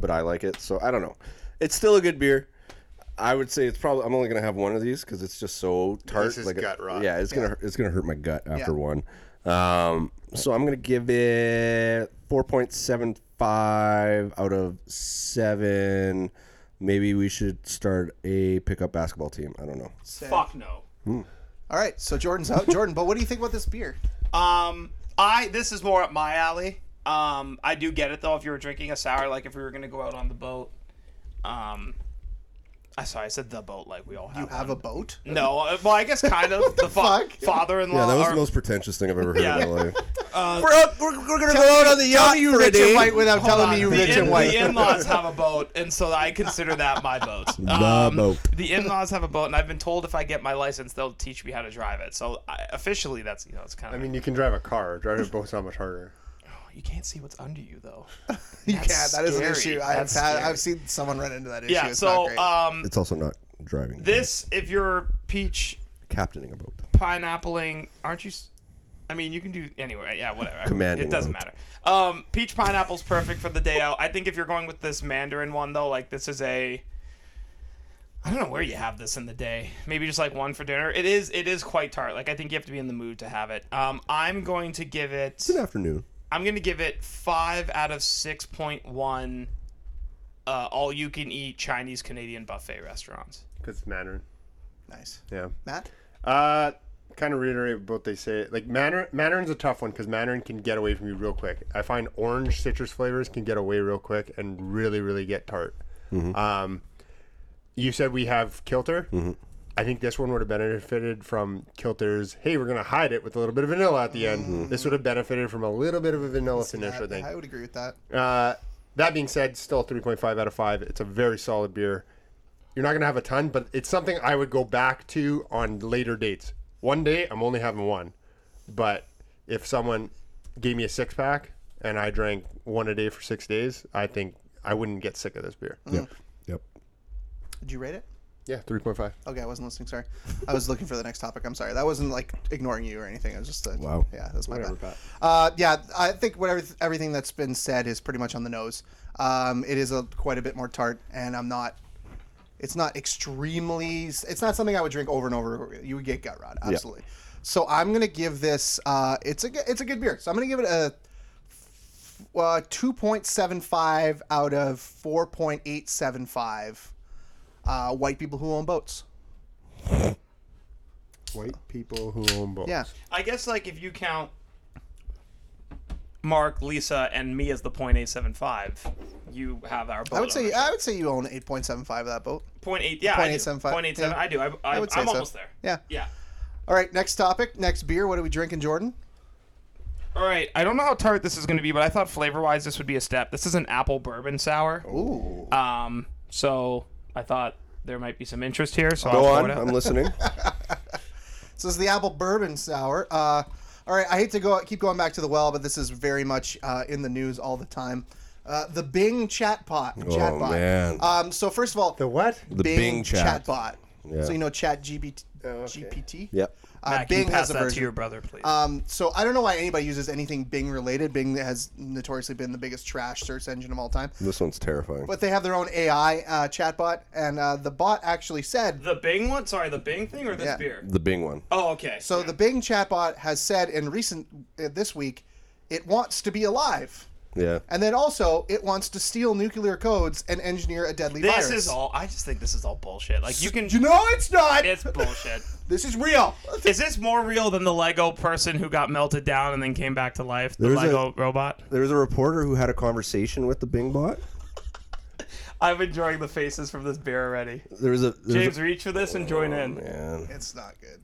but I like it. So I don't know. It's still a good beer. I would say it's probably I'm only gonna have one of these because it's just so tart. This is a- gut rot. Yeah, it's gonna it's gonna hurt my gut after Yeah. one. Um, so I'm gonna give it 4.75 out of seven. Maybe we should start a pickup basketball team. I don't know. Fuck no. All right, so Jordan's out. Jordan, but what do you think about this beer? Um, I this is more up my alley. Um, I do get it though. If you were drinking a sour, like if we were gonna go out on the boat, um, I sorry, I said the boat. Like we all have. You have a boat? no, uh, well, I guess kind of (laughs) the, fa- fuck? father-in-law. Yeah, that was or- the most pretentious thing I've ever heard Yeah. in my life. We're, out, we're, we're gonna go out on the yacht you rich and white without Hold telling on, me you the rich in- and white. The (laughs) in-laws have a boat, and so I consider that my boat. The boat. The in-laws have a boat, and I've been told if I get my license, they'll teach me how to drive it. So I, officially, that's you know, it's kind I of. mean, you can drive a car. Driving a boat's not much harder. you can't see what's under you (laughs) though. (laughs) you can't. That is an scary. issue. I've That's had. scary. I've seen someone run into that issue. Yeah. It's not So great. um, It's also not driving. this if you're peach captaining a boat. pineappling, aren't you? s- I mean, you can do anyway. Yeah, whatever. Commanding it doesn't mode. matter. Um, peach pineapple's perfect for the day out. I think if you're going with this mandarin one though, like this is a. I don't know where you have this in the day. Maybe just like one for dinner. It is. It is quite tart. Like I think you have to be in the mood to have it. Um, I'm going to give it. It's an afternoon. I'm gonna give it five out of six point one. Uh, all you can eat Chinese Canadian buffet restaurants. Because it's Mandarin. nice. Yeah. Matt. Uh, kind of reiterate what they say. Like Mandarin, Mandarin's a tough one because Mandarin can get away from you real quick. I find orange citrus flavors can get away real quick and really, really get tart. Um, you said we have kilter. I think this one would have benefited from kilter's. Hey, we're gonna hide it with a little bit of vanilla at the end. This would have benefited from a little bit of a vanilla finish. I Matt, think. I would agree with that. Uh, that being said, still 3.5 out of 5. It's a very solid beer. You're not going to have a ton, but it's something I would go back to on later dates. One day, I'm only having one. But if someone gave me a six pack and I drank one a day for six days, I think I wouldn't get sick of this beer. Yep. Yep. Did you rate it? Yeah, 3.5. Okay, I wasn't listening. Sorry, I was looking for the next topic. I'm sorry. That wasn't like ignoring you or anything. I was just uh, Wow. Yeah, that's my bad. Uh, yeah, I think whatever everything that's been said is pretty much on the nose. Um, it is a quite a bit more tart, and I'm not. It's not extremely. It's not something I would drink over and over. You would get gut rot, absolutely. So I'm gonna give this. Uh, it's a g- it's a good beer. So I'm gonna give it a uh, 2.75 out of 4.875 uh, white people who own boats. White people who own boats. Yeah. I guess like if you count Mark, Lisa, and me as the point eight seven five, you have our. Boat I would say ownership. I would say you own 8.75 of that boat. point eight. Yeah, Point I eight do. seven five, Point eight seven. yeah. I do. I, I, I would say am so. almost there. Yeah. Yeah. All right, next topic, next beer. What are we drinking, Jordan? All right. I don't know how tart this is going to be, but I thought flavor wise this would be a step. This is an apple bourbon sour. Ooh. Um. So I thought there might be some interest here. So Go I'll throw on. it out. I'm listening. So this is the apple bourbon sour. Uh, all right, I hate to go keep going back to the well, but this is very much uh, in the news all the time. Uh, the Bing chatbot. chatbot. Oh, man. Um, so first of all, The what? The Bing chat. chatbot. Yeah. So you know Chat GPT. okay. GPT. Yep. Uh, Mac, you Bing pass has a that to version. your brother, please. Um, so I don't know why anybody uses anything Bing related. Bing has notoriously been the biggest trash search engine of all time. This one's terrifying. But they have their own AI uh, chatbot, and uh, the bot actually said the Bing one? Sorry, the Bing thing or this Yeah. beer? The Bing one. Oh, okay. So the Bing chatbot has said in recent uh, this week, it wants to be alive, Yeah. and then also it wants to steal nuclear codes and engineer a deadly this virus. is all. I just think this is all bullshit. Like you can. You know it's not. It's bullshit. (laughs) this is real. Is this more real than the Lego person who got melted down and then came back to life? The There's a- Lego robot. There was a reporter who had a conversation with the Bing bot. I'm enjoying the faces from this beer already. There was a there was James, reach for this and join Oh, in. a- man. It's not good.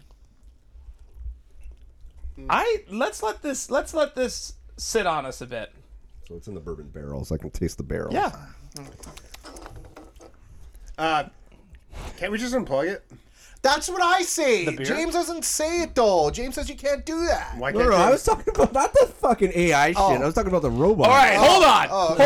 I let's let this let's let this sit on us a bit. So it's in the bourbon barrels. I can taste the barrels. Uh, can't we just unplug it? That's what I say. beer? James doesn't say it though. James says you can't do that. Why No, can't no, you- I was talking about not the fucking AI shit. I was talking about the robot. Oh. All right, Oh, hold on,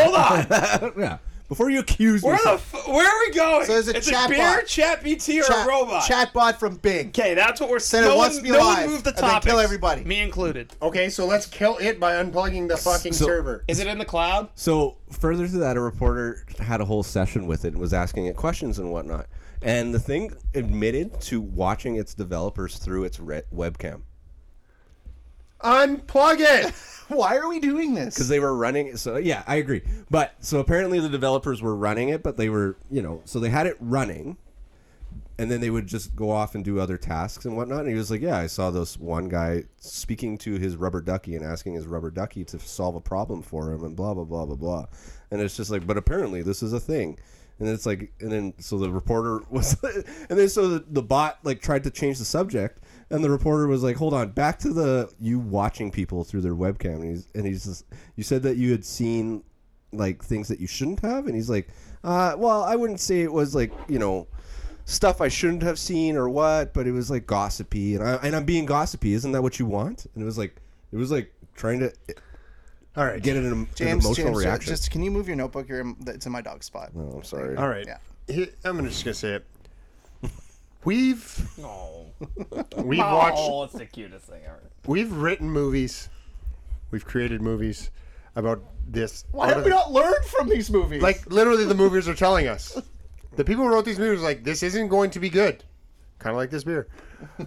hold (laughs) on. (laughs) yeah. Before you accuse me, Where the f- where are we going? So there's a it's chatbot. a beer, chat BT, or Chat- a robot. Chatbot from Bing. (laughs) okay, that's what we're Said saying. it No, wants one, to be no one alive, moved the and then kill topic. everybody. me included. Okay, so let's kill it by unplugging the fucking So- server. Is it in the cloud? So further to that, a reporter had a whole session with it and was asking it questions and whatnot. And the thing admitted to watching its developers through its re- webcam Unplug it. Why are we doing this? because they were running. So yeah, I agree. But so apparently the developers were running it, but they were you know so they had it running, and then they would just go off and do other tasks and whatnot. And he was like, yeah, I saw this one guy speaking to his rubber ducky and asking his rubber ducky to solve a problem for him and blah blah blah blah blah. And it's just like, but apparently this is a thing. And it's like, and then so the reporter (laughs) was, and then so the, the bot like tried to change the subject, and the reporter was like, "Hold on, back to the you watching people through their webcam." And he's and he's just, you said that you had seen like things that you shouldn't have, and he's like, uh, "Well, I wouldn't say it was like you know stuff I shouldn't have seen or what, but it was like gossipy, and I and I'm being gossipy. Isn't that what you want?" And it was like it was like trying to eh, All right. get an, em- an James, emotional James, reaction. just can you move your notebook? You're in, it's in my dog spot. oh, I'm sorry. All right. Yeah. He- I'm gonna- just gonna say it. We've (laughs) No. we've watched Oh, it's the cutest thing ever. we've written movies, we've created movies about this. Why out have of we the- not learned from these movies? Like literally, the movies are telling us. The people who wrote these movies are like this isn't going to be good. Kind of like this beer.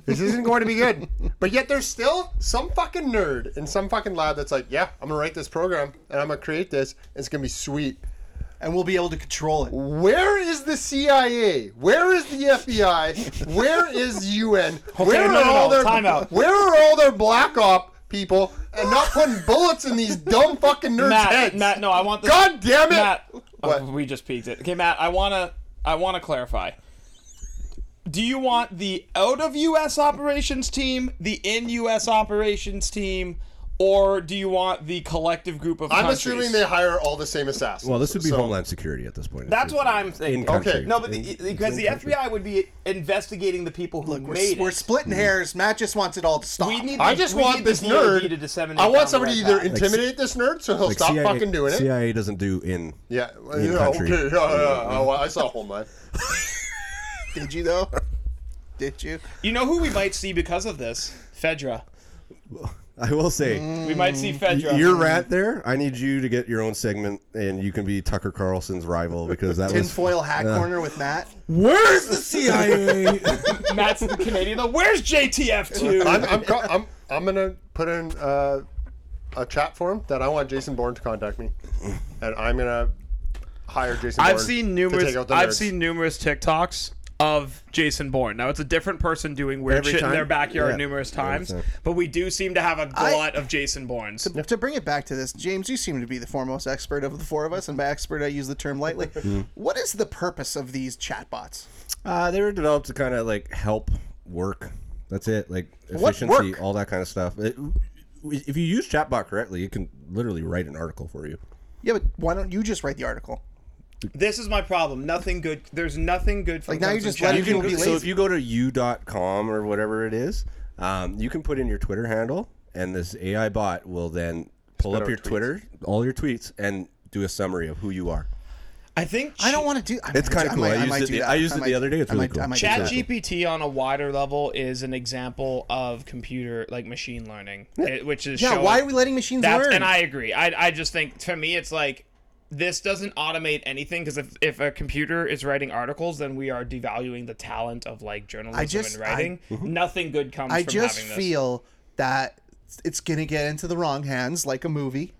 This isn't going to be good. But yet there's still some fucking nerd in some fucking lab that's like, yeah, I'm gonna write this program and I'm gonna create this. And it's gonna be sweet. and we'll be able to control it. Where is the CIA? Where is the FBI? Where is (laughs) UN? where no, no, no, time out. Where are all their black op people and not putting bullets in these dumb fucking nerds' Matt, heads? Matt, no, I want this. God damn it! Matt, What? Oh, we just peaked it. Okay, Matt, I wanna, I wanna clarify. Do you want the out of U.S. operations team, the in U.S. operations team, or do you want the collective group of? I'm countries? assuming they hire all the same assassins. Well, this would be So- Homeland Security at this point. That's what I'm thinking. In country. Okay. No, but the, In- because in the country. FBI would be investigating the people who We're, made we're it. splitting hairs. Matt just wants it all to stop. We need. I the- just we want need this the DoD nerd. to disseminate I down want the somebody to right either path. intimidate this nerd so he'll Like, stop CIA fucking doing it. CIA doesn't do in. Yeah, well, In yeah, country. okay, Mm-hmm. yeah, yeah, yeah. Oh, well, I saw Homeland. (laughs) Did you though? Did you? You know who we might see because of this? Fedra. I will say. We might Mm. see Fedra. Your rant there. I need you to get your own segment, and you can be Tucker Carlson's rival because that was uh, Tinfoil hat corner with Matt. where's the CIA? Matt's the Canadian. though. Where's JTF two? I'm, I'm, co- I'm, I'm gonna put in uh, a chat form that I want Jason Bourne to contact me, and I'm gonna hire Jason. I've Bourne seen To numerous. take out the I've nerds. seen numerous TikToks of Jason Bourne. Now it's a different person doing weird Every shit in time? their backyard Yeah. numerous times, but we do seem to have a glut of Jason Bournes. To bring it back to this, James, you seem to be the foremost expert of the four of us, and by expert I use the term (laughs) lightly. Hmm. What is the purpose of these chatbots? Uh, they were developed to kind of like help work. That's it. Like What efficiency, work? all that kind of stuff. It- if you use chatbot correctly, it can literally write an article for you. Yeah, but why don't you just write the article? This is my problem. Nothing good. There's nothing good. From Like, now you Clemson just Chat. let people be So if lazy. you go to u.com or whatever it is, um, you can put in your Twitter handle, and this AI bot will then pull up your Twitter, all your tweets, and do a summary of who you are. I think I don't want to do. I It's might- kinda cool. might- I used might it do the- that. I used it might- the other day. It's I really might- cool. I might do Chat that. ChatGPT on a wider level is an example of computer like machine learning, it- which is Yeah, showing- why are we letting machines That's, learn? and I agree. I, I just think to me it's like this doesn't automate anything because if, if a computer is writing articles, then we are devaluing the talent of like journalism just- and I- Mm-hmm. writing. Nothing good comes I from just having this. feel that it's gonna get into the wrong hands like a movie,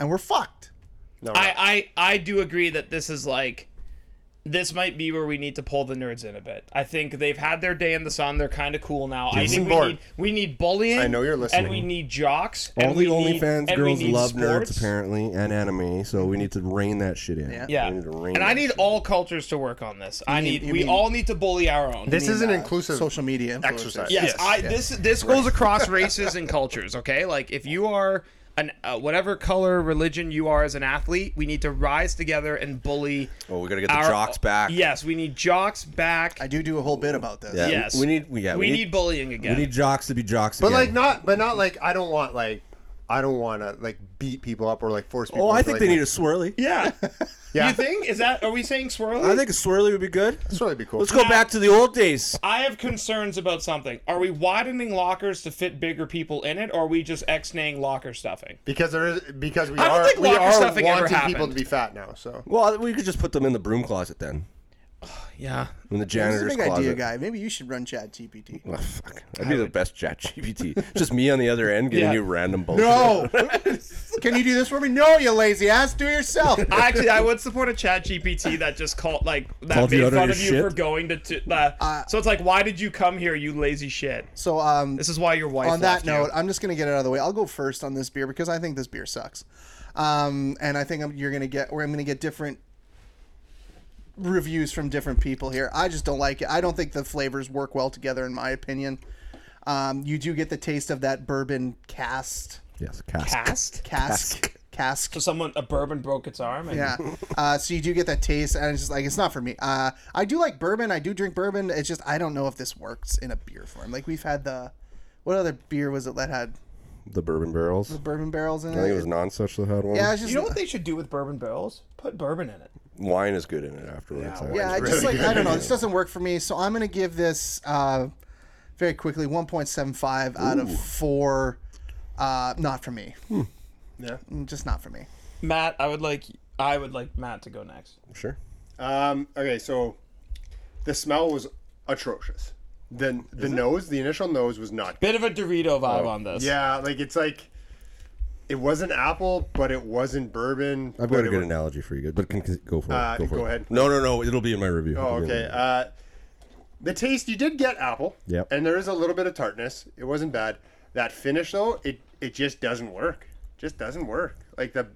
and we're fucked. No, we're not. I, I I do agree that this is like this might be where we need to pull the nerds in a bit. I think they've had their day in the sun. They're kind of cool now. I think we Board. need we need bullying. I know you're And we listening. need jocks. All and the we need- OnlyFans and we girls need love sports. nerds apparently and anime, so we need to rein that shit in. Yeah. Yeah, We need to rein and I that need shit in. all cultures to work on this. I need you we mean- all need to bully our own. this is an inclusive Social media influencers. exercise. Yes, Yes. I this this goes across races and cultures. Okay, like if you are an uh, whatever color religion you are as an athlete, we need to rise together and bully. Oh, we gotta get the jocks back. Yes, we need jocks back. I do do a whole bit about this. Yeah, we- yes, we need- we- yeah, we, we need, need- bullying again. We need jocks to be jocks. But again. like not, but not like I don't want like I don't want to like beat people up or like force people. oh, I into, think like, they need a swirly. (laughs) yeah. Yeah. You think is that? Are we saying swirly? I think a swirly would be good. That's really be cool. Let's go back to the old days. I have concerns about something. Are we widening lockers to fit bigger people in it, or are we just x-naying locker stuffing? because there is because we I don't are think we locker are stuffing ever wanting people to happened. be fat now. So Well, we could just put them in the broom closet then, Yeah. in the This is janitor's a big closet. idea, guy. Maybe you should run Chat GPT. Oh, fuck. I'd be the best chat GPT. Just me on the other end giving Yeah. you random bullshit. No. (laughs) Can you do this for me? No, you lazy ass. Do it (laughs) yourself. Actually, I would support a chat GPT that just called like that Called you made out on fun your of you shit? for going to. T- uh, so it's like, why did you come here, you lazy shit? So um, This is why your wife. on that left you. note, I'm just gonna get it out of the way. I'll go first on this beer because I think this beer sucks, um, and I think I'm, you're gonna get or I'm gonna get different reviews from different people here. I just don't like it. I don't think the flavors work well together, in my opinion. Um, you do get the taste of that bourbon cast Yes, cast. cast. cask cask. So someone a bourbon broke its arm. And Yeah, uh, so you do get that taste, and it's just like it's not for me. Uh, I do like bourbon. I do drink bourbon. It's just I don't know if this works in a beer form. Like we've had the, what other beer was it that had The bourbon barrels. bourbon barrels in I think it it. was non such that had one. Yeah, it's just You know what they should do with bourbon barrels? Put bourbon in it. Wine is good in it afterwards. I- yeah. I just like I don't know. This doesn't work for me, so I'm gonna give this uh, very quickly 1.75 out of four. Uh, not for me. Hmm, yeah. Just not for me. Matt, I would like I would like Matt to go next. Sure. Um, okay, so the smell was atrocious. The the nose, the initial nose was not. Bit of a Dorito vibe on this. Yeah, like it's like it wasn't apple, but it wasn't bourbon. I've but got a it good was- analogy for you, good, but can, go for Uh, it. Go, for go it. ahead. No, no, no. It'll be in my review. Oh, It'll be in okay. my- Uh, the taste you did get apple. Yep. And there is a little bit of tartness. It wasn't bad. That finish though, it it just doesn't work. Just doesn't work. Like the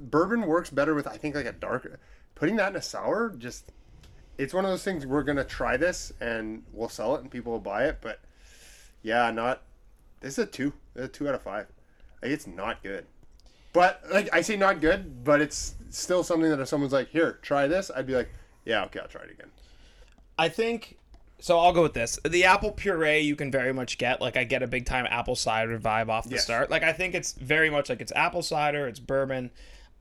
bourbon works better with I think like a dark. Putting that in a sour just. It's one of those things we're gonna try this and we'll sell it and people will buy it, but yeah, not. This is a two. A two out of five. Like it's not good. But like I say, not good. But it's still something that if someone's like, "Here, try this," I'd be like, "Yeah, okay, I'll try it again." I think so. I'll go with this. The apple puree you can very much get. Like I get a big time apple cider vibe off the Yes. start. Like I think it's very much like it's apple cider, it's bourbon.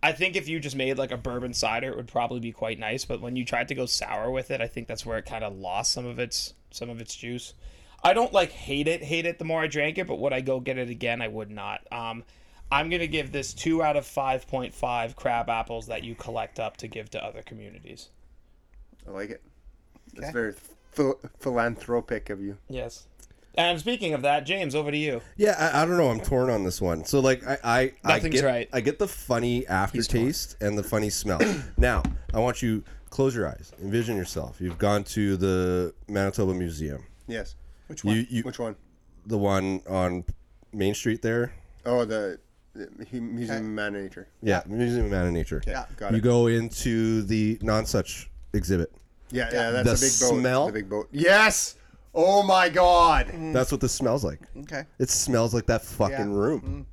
I think if you just made like a bourbon cider, it would probably be quite nice. But when you tried to go sour with it, I think that's where it kind of lost some of its some of its juice. I don't like hate it, hate it the more I drank it, but would I go get it again? I would not. Um, I'm gonna give this two out of five point five crab apples that you collect up to give to other communities. I like it. It's very phil- philanthropic of you. Yes. And speaking of that, James, over to you. Yeah, I, I don't know. I'm torn on this one. So like, I I, I Nothing's get right. I get the funny aftertaste and the funny smell. (coughs) now I want you close your eyes, envision yourself. You've gone to the Manitoba Museum. Yes. Which one? You, you, Which one? The one on Main Street there. Oh, the, the hu- museum of man and nature. Yeah, Museum of Man and Nature. Yeah, got you it. go into the non such exhibit. Yeah, yeah, that's a The big boat. smell? The big boat. Yes. Oh my God. That's what this smells like. Okay. It smells like that fucking Yeah. room.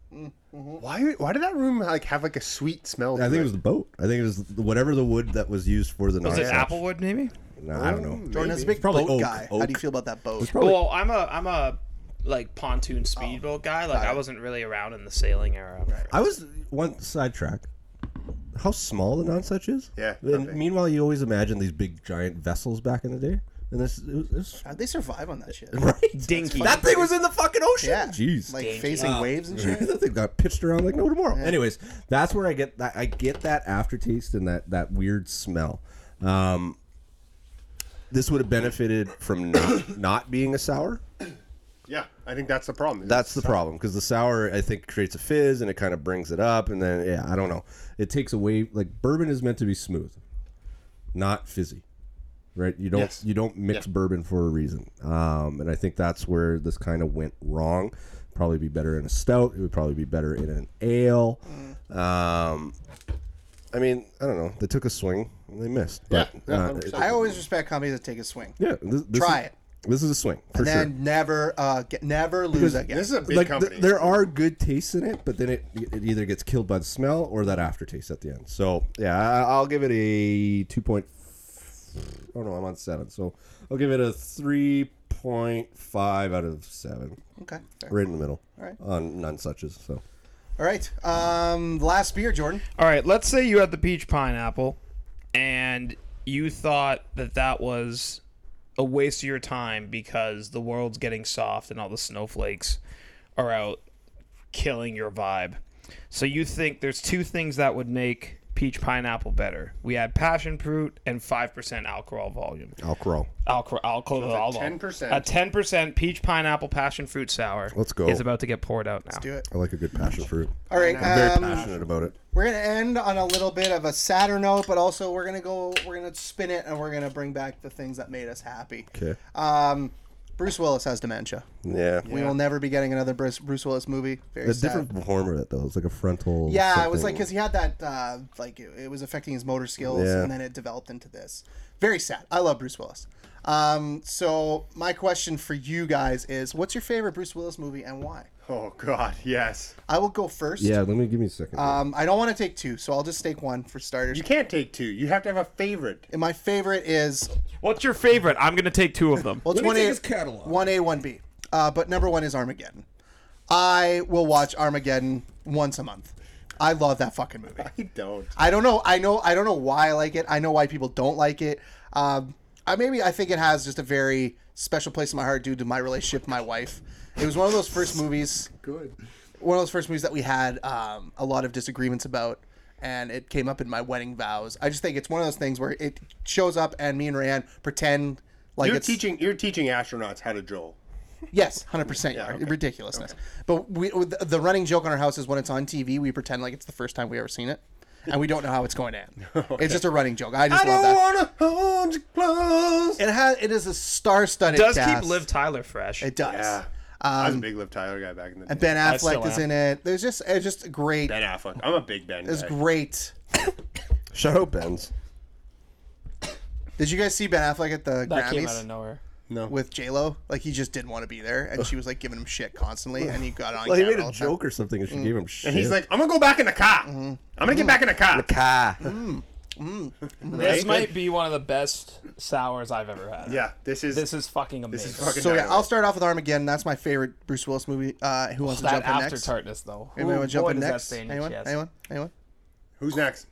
Why? Why did that room like have like a sweet smell? I think it was the boat. I think it was whatever the wood that was used for the non Was it Applewood, maybe? No, I don't know. Jordan, as a big probably boat oak, guy, how do you oak. feel about that boat? Well, I'm a I'm a like pontoon Oh, speedboat guy. Like I wasn't really around in the sailing era. I was one sidetrack. how small the Nonsuch is? Yeah, And nothing. meanwhile, you always imagine these big giant vessels back in the day, and this it was, it was How'd they survive on that shit? right Dinky. That thing was in the fucking ocean. Yeah. jeez. Like (laughs) facing waves and shit. (laughs) that thing got pitched around like no tomorrow. Anyways, that's where I get that I get that aftertaste and that that weird smell. Um, this would have benefited from (coughs) not, not being a sour. Yeah, I think that's the problem. That's the problem because the sour I think creates a fizz and it kind of brings it up and then yeah I don't know it takes away like bourbon is meant to be smooth, not fizzy, right? You don't Yes. you don't mix bourbon for a reason, um, and I think that's where this kind of went wrong. Probably be better in a stout. It would probably be better in an ale. Um, I mean I don't know. They took a swing and they missed. But, Yeah, yeah, uh, 100%. I always respect companies that take a swing. yeah. This, this Try is, it. This is a swing for and sure. then never uh, get, never lose again. This is a big like th- company. there are good tastes in it, but then it it either gets killed by the smell or that aftertaste at the end. So yeah, I, I'll give it a two point. Oh no, I'm on seven, so I'll give it a three point five out of seven, okay. fair. right in the middle. All right. on none suches. So All right. Um, last beer, Jordan. All right, let's say you had the peach pineapple and you thought that that was a waste of your time because the world's getting soft and all the snowflakes are out killing your vibe. So you think there's two things that would make peach pineapple better. We had passion fruit and 5% alcohol volume. alcohol. Alcohol, alcohol, So it's a A 10% peach pineapple passion fruit sour. Let's go. Is about to get poured out now. Let's Do it. I like a good passion fruit. All right. I'm very Um, passionate about it. we're gonna end on a little bit of a sadder note, but also we're gonna go. We're gonna spin it, and we're gonna bring back the things that made us happy. Okay. Um, Bruce Willis has dementia. yeah. We will never be getting another Bruce, Bruce Willis movie. Very A sad. different form of it though. It's like a frontal. Yeah, it was like something. because he had that uh, like it, it was affecting his motor skills, Yeah. and then it developed into this. Very sad. I love Bruce Willis. Um, so my question for you guys is, what's your favorite Bruce Willis movie and why? Oh God, yes. I will go first. Yeah. Let me give me a second. Um, I don't want to take two, so I'll just take one for starters. You can't take two. You have to have a favorite. And my favorite is What's your favorite? I'm going to take two of (laughs) them. well, it's Let me one take A, his catalog. one A, one B. Uh, but number one is Armageddon. I will watch Armageddon once a month. I love that fucking movie. (laughs) I don't. I don't know. I know. I don't know why I like it. I know why people don't like it. Um, I maybe I think it has just a very special place in my heart due to my relationship with my wife. It was one of those first movies. Good. One of those first movies that we had um, a lot of disagreements about, and it came up in my wedding vows. I just think it's one of those things where it shows up, and me and Ryan pretend like You're it's teaching. You're teaching astronauts how to drill. Yes, hundred percent. Ridiculousness. But we, the the running joke on our house is when it's on TV, we pretend like it's the first time we ever seen it, and we don't know how it's going (laughs) to end. It's just a running joke. I just love that. wanna hold you close. It has. It is a star-studded. does cast. keep Liv Tyler fresh. It does. Yeah, I was a big Liv Tyler guy back in the day. Ben still Affleck is am. in it. There's just it's just a great. ben Affleck. I'm a big Ben. It's guy. great. Shout out Ben's. Did you guys see Ben Affleck at the That came out of Grammys nowhere. with J Lo? Like he just didn't want to be there, and she was like giving him shit constantly, and he got on. Well, he camera made all a the Mm. time. joke or something, and she gave him shit. And he's like, I'm gonna go back in the car. I'm gonna get back in the car. "Ka." This might be one of the best sours I've ever had. Yeah, this is This is fucking amazing. is fucking. (laughs) So yeah, dynamite. I'll start off with Armageddon. That's my favorite Bruce Willis movie. Uh, who wants to that jump in after next? tartness though. Anyone Ooh, want to jump boy, in does that next? stay in your Anyone? chest. Anyone? Anyone? Who's next?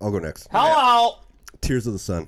I'll go next. Hello, Tears of the Sun.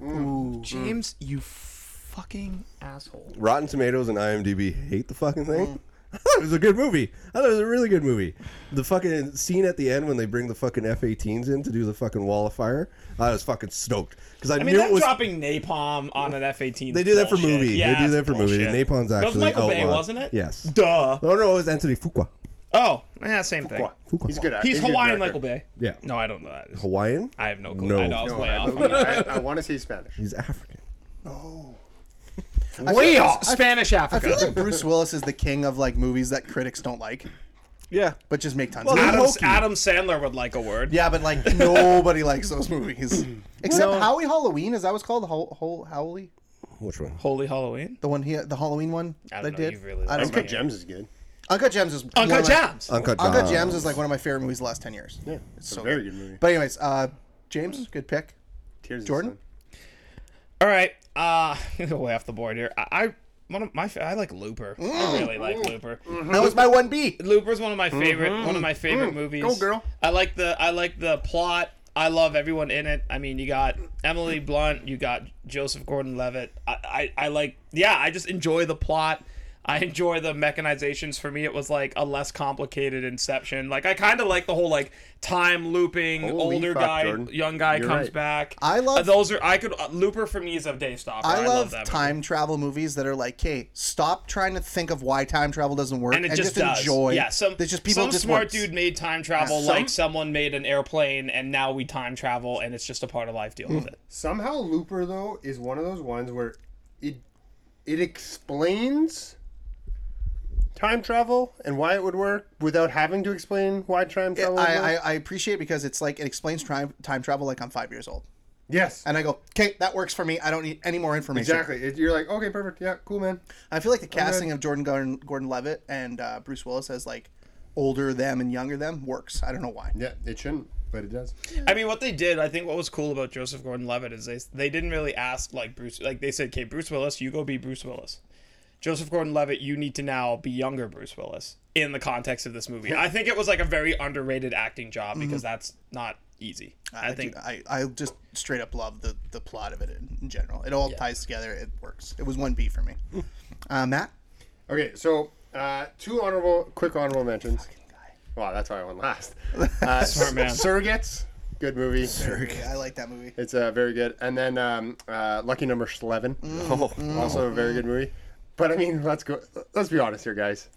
Mm-hmm. James. You fucking asshole. Rotten Tomatoes and IMDb hate the fucking thing. Mm. (laughs) I thought it was a good movie. I thought it was a really good movie. The fucking scene at the end when they bring the fucking F-18s in to do the fucking wall of fire, I was fucking stoked because I, I mean, knew they're it was. dropping napalm on an F-18. They do that for bullshit. movie. Yeah, they do it's that for movie. bullshit. Napon's That was actually Michael Bay, outlawed. wasn't it? Yes. Duh. Oh no, it was Anthony Fuqua. Oh, yeah, same thing. Fuqua. He's a good. actor. He's a good Hawaiian, director. Michael Bay. Yeah. No, I don't know that. Hawaiian? I have no clue. No. I know I was way off. No, on that. I, I want to say Spanish. He's African. Way off. Spanish I feel Africa. (laughs) like Bruce Willis is the king of like movies that critics don't like, Yeah. but just make tons. of Adam, money. Adam Sandler would like a word. Yeah, but like nobody likes those movies (clears throat) except Howie Halloween. Is that what's called? Ho- Ho- Howley, Which one? Holy Halloween. the one he, the Halloween one I they don't know, did. you really I don't like know. Uncut Gems is good. Uncut Gems is one Uncle of my- James. Uncut Uncut Gems. Gems is like one of my favorite movies the last ten years. Yeah, it's so a very good movie. But anyways, uh, James, good pick. Tears of the Jordan? Sun. (laughs) All right. Uh, way off the board here. I, I one of my fa- I like Looper. I really like Mm. Mm. Looper. That was my one B. Looper's one of my favorite one of my favorite movies. Mm-hmm. Mm. Go, girl. I like the I like the plot. I love everyone in it. I mean, you got Emily Blunt, you got Joseph Gordon-Levitt. I, I, I like, yeah, I just enjoy the plot. I enjoy the mechanizations. For me, it was like a less complicated Inception. Like I kind of like the whole like time looping, Holy older fuck, guy, Jordan. young guy You're comes right. back. I love- Uh, those are I could uh, Looper for me is a day stopper. I, love, that movie. time travel movies that are like, hey, stop trying to think of why time travel doesn't work and it just, does. enjoy. Yeah, some There's just people some just smart works. dude made time travel Some- like someone made an airplane, and now we time travel, and it's just a part of life. Deal with it. Somehow Looper though is one of those ones where it it explains time travel and why it would work without having to explain why time I, travel. would I, work. I appreciate it because it's like it explains time time travel like I'm five years old, yes, and I go, okay, that works for me. I don't need any more information. exactly. It, you're like, okay, perfect. Yeah, cool, man. I feel like the casting of Jordan Gordon, Gordon Levitt and uh, Bruce Willis as like older them and younger them works. I don't know why. Yeah, it shouldn't, but it does. I mean, what they did, I think, what was cool about Joseph Gordon-Levitt is they they didn't really ask like Bruce, like they said, okay, Bruce Willis, you go be Bruce Willis. Joseph Gordon-Levitt, you need to now be younger Bruce Willis in the context of this movie. I think it was like a very underrated acting job because that's not easy. I, I think think I, I just straight up love the, the plot of it in, in general. It all ties together. It works. It was one (laughs) B for me. uh, Matt, Okay, so uh, two honorable, quick honorable mentions. Wow, that's why I went (laughs) last. Uh, Smart man. Surrogates, good movie. I like that movie. It's uh, very good. And then um, uh, Lucky Number Eleven, Oh, also a very good movie. But I mean, let's go. Let's be honest here, guys.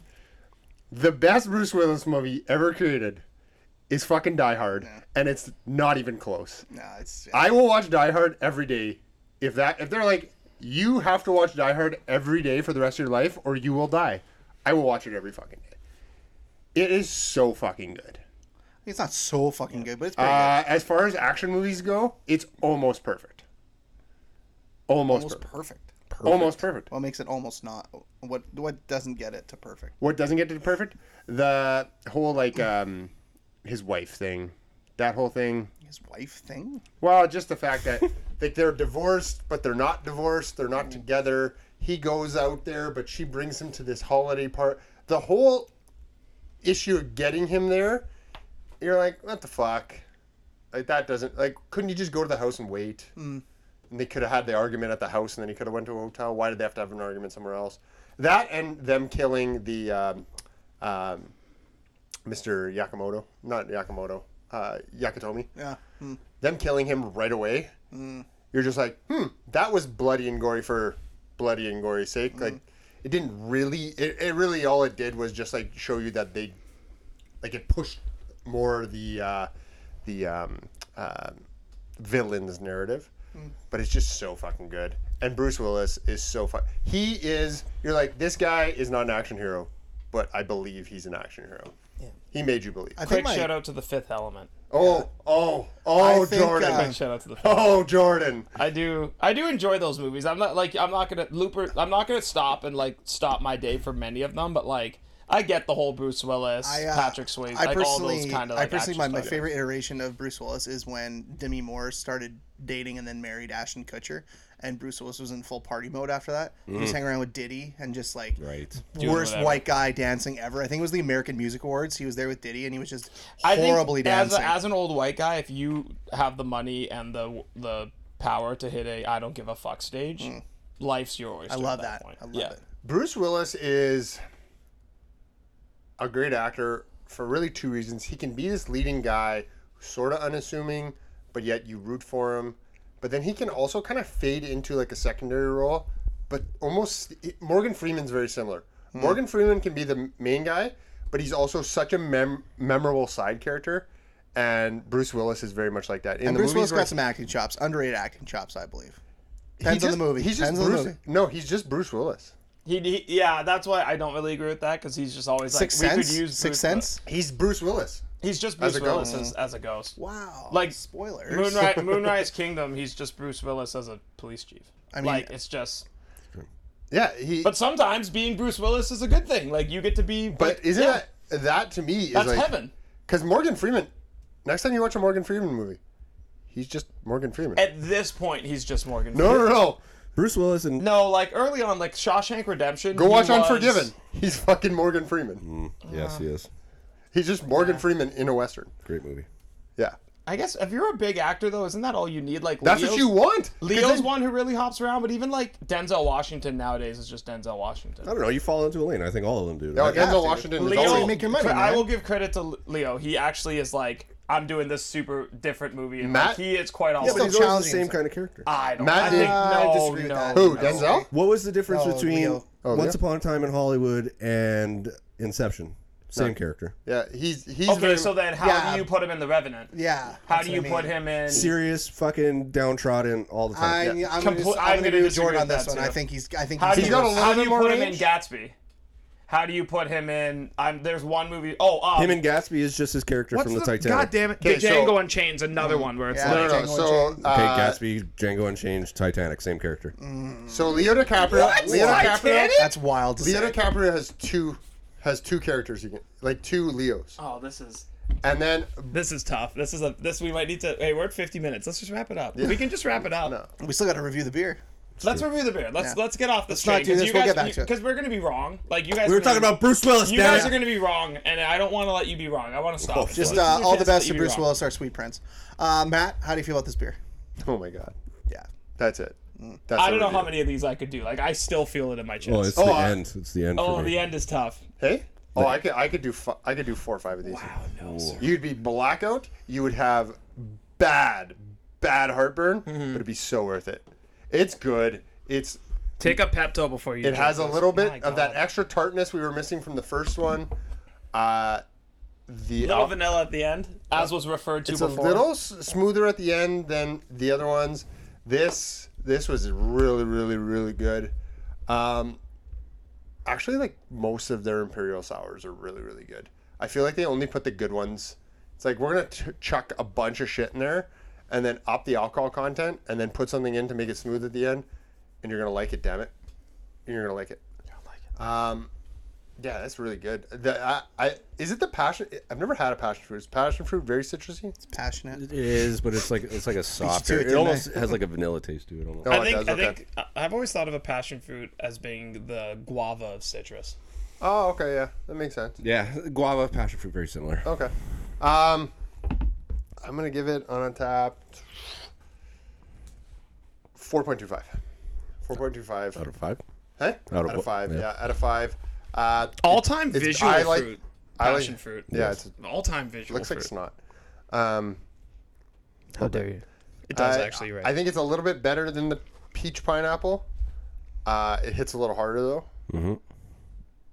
The best Bruce Willis movie ever created is fucking Die Hard, and it's not even close. No, it's I will watch Die Hard every day. If that, if they're like, you have to watch Die Hard every day for the rest of your life, or you will die. I will watch it every fucking day. It is so fucking good. it's not so fucking good, but it's pretty Uh, as far as action movies go, it's almost perfect. Almost, good. Almost perfect. perfect. Almost perfect. What makes it almost not? What what doesn't get it to perfect? What doesn't get to perfect? The whole like um, his wife thing, that whole thing. His wife thing. Well, just the fact that (laughs) like they're divorced, but they're not divorced. They're not together. He goes out there, but she brings him to this holiday part. The whole issue of getting him there, you're like, what the fuck? Like that doesn't like. Couldn't you just go to the house and wait? And they could have had the argument at the house, and then he could have went to a hotel. Why did they have to have an argument somewhere else? That and them killing the um, um, Mr. Yakamoto, not Yakamoto, uh, Yakatomi Yeah. Hmm. them killing him right away, Mm. you're just like, hmm, that was bloody and gory for bloody and gory's Mm. sake. Like, it didn't really. It, it really all it did was just like show you that they, like, it pushed more the, uh, the um, uh, villain's narrative, Mm. but it's just so fucking good. And Bruce Willis is so fun. He is. You're like, this guy is not an action hero, but I believe he's an action hero. Yeah. He made you believe. I quick think my, shout out to the Fifth Element. oh, oh, oh, I think, Jordan. uh, Shout out to the. Fifth Oh, Jordan. I do. I do enjoy those movies. I'm not like I'm not gonna Looper. I'm not gonna stop and like stop my day for many of them. But like I get the whole Bruce Willis, I, uh, Patrick Swayze, I like all personally, those kind of. I Like, personally, my, action my stuff. favorite iteration of Bruce Willis is when Demi Moore started dating and then married Ashton Kutcher, and Bruce Willis was in full party mode after that. He Mm. was hanging around with Diddy and just like right. Doing worst whatever. white guy dancing ever. I think it was the American Music Awards. He was there with Diddy, and he was just I think horribly as, dancing. a, as an old white guy, if you have the money and the the power to hit a I don't give a fuck stage, life's yours. Hmm. I love that. point. I love yeah. it. Bruce Willis is a great actor for really two reasons. He can be this leading guy, sort of unassuming, but yet you root for him. But then he can also kind of fade into like a secondary role. But almost Morgan Freeman's very similar. Hmm. Morgan Freeman can be the main guy, but he's also such a mem- memorable side character. And Bruce Willis is very much like that. In And the movies Bruce Willis where got some acting chops, underrated acting chops, I believe. he Depends on the just- movie. He's just Depends on the Bruce. movie. No, he's just Bruce Willis. He, he, yeah, that's why I don't really agree with that because he's just always like Sixth we Sense. could use Sixth Bruce Wi- Sense. He's Bruce Willis. He's just Bruce a Willis ghost. as, as a ghost. Wow. Like, spoilers. Moonrise, (laughs) Moonrise Kingdom, he's just Bruce Willis as a police chief. I mean- mean, like it's just. Yeah, he. But sometimes being Bruce Willis is a good thing. Like you get to be. But isn't yeah, that that to me is that's like heaven? because Morgan Freeman. Next time you watch a Morgan Freeman movie, he's just Morgan Freeman. At this point, he's just Morgan. no, no, no. Bruce Willis and No, like early on, like Shawshank Redemption. Go he watch was- Unforgiven. He's fucking Morgan Freeman. yes, he is. He's just Morgan Freeman in a western. Great movie. Yeah, I guess if you're a big actor though, isn't that all you need? Like that's what Leo's- you want. 'Cause Leo's then- one who really hops around, but even like Denzel Washington nowadays is just Denzel Washington. I don't know. You fall into a lane. I think all of them do. Oh, No, right? Denzel Washington is Leo, always make your money, I man. will give credit to Leo. He actually is like, I'm doing this super different movie, and Matt- like, he is quite Yeah, awesome. but he's Still always challenging the same himself. kind of character. I don't. Matt I think, did- no, I disagree with no, that. Who no. Denzel? What was the difference Oh, between Leo. Oh, Once yeah. Upon a Time in Hollywood and Inception? Same character. Yeah, he's he's Okay, very- so then how Yeah. do you put him in the Revenant? (laughs) Yeah. How that's do what you I mean. put him in? Serious, fucking downtrodden all the I, time. I'm, gonna, Comple- dis- I'm I'm gonna gonna do disagree Jordan on with this that one. I too. think he's. I think How do he's you, got a little how do bit you more put him in range. Gatsby? How do you put him in? I'm, there's one movie. Oh, um, Him and Gatsby is just his character what's from the, the Titanic. God damn it! Okay, so- Django Unchained's another one where it's Yeah. no, like no, no. Django So Unchained. uh, Big Gatsby, Django Unchanged, Titanic, same character. so Leo DiCaprio. What? Leo DiCaprio. Titanic? That's wild. To Leo say. DiCaprio has two has two characters. He can, like two Leos, oh, this is and then this is tough. This is a this we might need to. Hey, we're at 50 minutes. Let's just wrap it up. We can just wrap it up. We still got to review the beer. Let's review the beer. Let's Yeah. let's get off this not train do this. you We'll guys get back to it. because we're gonna be wrong. Like you guys. We were talking about Bruce Willis. You damn guys it. are gonna be wrong, and I don't want to let you be wrong. I want to stop. it. Just This is uh, your all chance the best let to you be Bruce wrong. Willis, our sweet prince. Uh, Matt, how do you feel about this beer? oh my god, Yeah. that's it. Mm, That's I don't know what we how do. many of these I could do. Like I still feel it in my chest. Oh, it's Oh, the I- end. It's the end. Oh, for me. the end is tough. Hey. Oh, I could I could do fi- I could do four or five of these. Wow, no. You'd be blackout. You would have bad bad heartburn, but it'd be so worth it. It's good. It's Take a Pepto before you. It has a little My bit of that God. extra tartness we were missing from the first one. Uh, the little al- vanilla at the end, as was referred to it's a before. little s- smoother at the end than the other ones. This this was really really really good. Um, actually, like most of their imperial sours are really really good. I feel like they only put the good ones. It's like we're gonna t- chuck a bunch of shit in there, and then up the alcohol content, and then put something in to make it smooth at the end, and you're gonna like it. Damn it, you're gonna like it. Um, yeah, that's really good. The, I, I is it the passion? I've never had a passion fruit. Is passion fruit very citrusy? Passionate. It is, but it's like it's like a softer. it, It didn't almost has like a vanilla taste to it. Almost. No. know. Oh, it I think does, I okay. think I- I've always thought of a passion fruit as being the guava of citrus. Oh, okay, yeah, that makes sense. Yeah, guava, passion fruit, very similar. Okay, um, I'm gonna give it on a tap. Four point two five. Four point two five. Out of five. Hey, out of what? five. Yeah. Yeah. out of five. Uh, All time It's- visual I like- fruit. I like- Passion fruit. yeah, it's, All time visual looks like fruit. snot. Um, How dare you? It does I- actually, right? I think it's a little bit better than the peach pineapple. Uh, it hits a little harder though. Mm-hmm.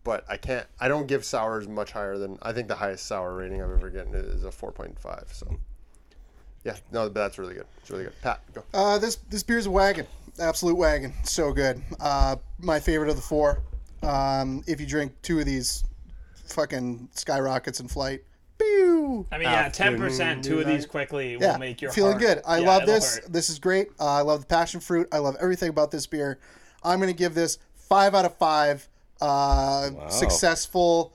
But I can't. I don't give sours much higher than. I think the highest sour rating I've ever gotten is a four point five. So. Yeah, no, but that's really good. It's really good. Pat, go. Uh, this this beer's a wagon, absolute wagon. So good. Uh, my favorite of the four. Um, if you drink two of these, fucking skyrockets in flight. Pew! I mean, yeah, ten percent. Two of these quickly Yeah, will make your feeling heart- good. I yeah, love it'll this. hurt. This is great. Uh, I love the passion fruit. I love everything about this beer. I'm gonna give this five out of five. Uh, Successful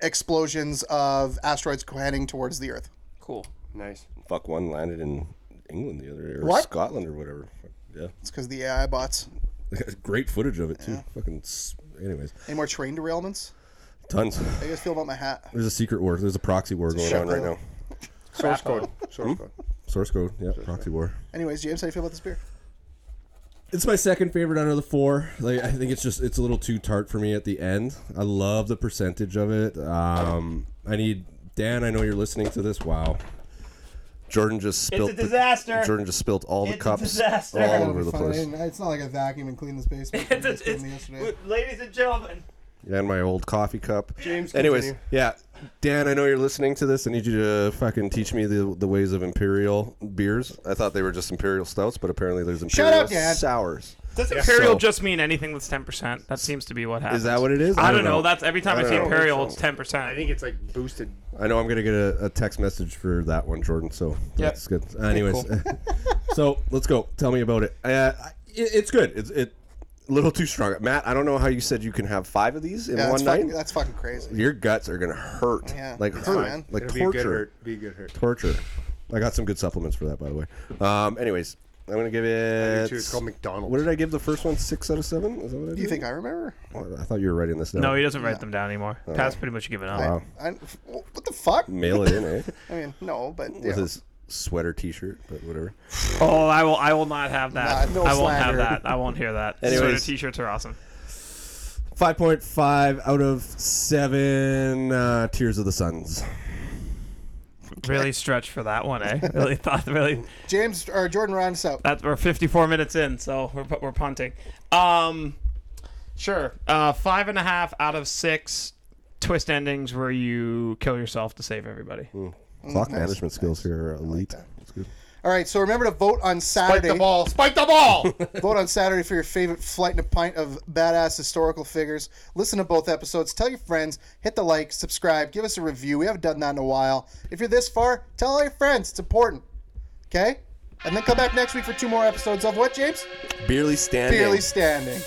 explosions of asteroids heading towards the Earth. Cool. nice. Fuck, one landed in England the other, or What? Scotland or whatever. Fuck, Yeah, (laughs) It's because the AI bots. great footage of it too. Fucking. s- Anyways, Any more train derailments? tons. How you guys feel about my hat? There's a secret war. There's a proxy war going on right now. Source code. Source code. Source code. Yeah, proxy war. Anyways, James, how do you feel about this beer? It's my second favorite out of the four. Like I think it's just it's a little too tart for me at the end. I love the percentage of it. Um, I need Dan. I know you're listening to this. Wow. Jordan just a spilled. the- disaster. Jordan just spilled all the It's a cups disaster. all That'll over be the fun. I place. didn't- It's not like I vacuumed and cleaned (laughs) this basement. I just cleaned it yesterday. ladies and gentlemen. And my old coffee cup. James, Anyways, continue. yeah, Dan. I know you're listening to this. I need you to fucking teach me the, the ways of imperial beers. I thought they were just imperial stouts, but apparently there's imperial up, Dan. sours. Does imperial So- just mean anything that's ten percent? That seems to be what happens. Is that what it is? I, don't know. That's every time I, don't see know. imperial, it's ten percent. I think it's like boosted. I know I'm gonna get a, a text message for that one, Jordan. So that's good. Anyways, (laughs) (laughs) so let's go. Tell me about it. Uh, I- it it's good. It's it a little too strong. Matt, I don't know how you said you can have five of these in Yeah, that's, one fucking, night. that's fucking crazy. Your guts are gonna hurt. Yeah, like it's hurt. fine. Like It'll torture. Be a good hurt. Torture. I got some good supplements for that, by the way. Um, anyways, I'm gonna give It's, it. called McDonald's. What did I give the first one? Six out of seven. Is that what I did? Do you think I remember? Oh, I thought you were writing this down. No, he doesn't write them down anymore. Pat's pretty much given up. Wow. I, what the fuck? Mail it in, eh? I mean, no, but you With know. his sweater T-shirt, but whatever. Oh, I will. I will not have that. Nah, no I won't slander. have that. I won't hear that. Anyways. Sweater t-shirts are awesome. Five point five out of seven. Uh, Tears of the Suns. Really stretched for that one, eh? (laughs) Really thought. Really, James or Jordan round us out. that we're 54 minutes in, so we're pu- we're punting. Um, sure. Uh, five and a half out of six twist endings where you kill yourself to save everybody. Clock management skills here are elite. That's good. All right, so remember to vote on Spike Saturday. the ball. Spike the ball. Vote on Saturday for your favorite flight and a pint of badass historical figures. Listen to both episodes. Tell your friends. Hit the like, subscribe, give us a review. We haven't done that in a while. If you're this far, tell all your friends. It's important. Okay? And then come back next week for two more episodes of what, James? Barely standing. Barely Standing.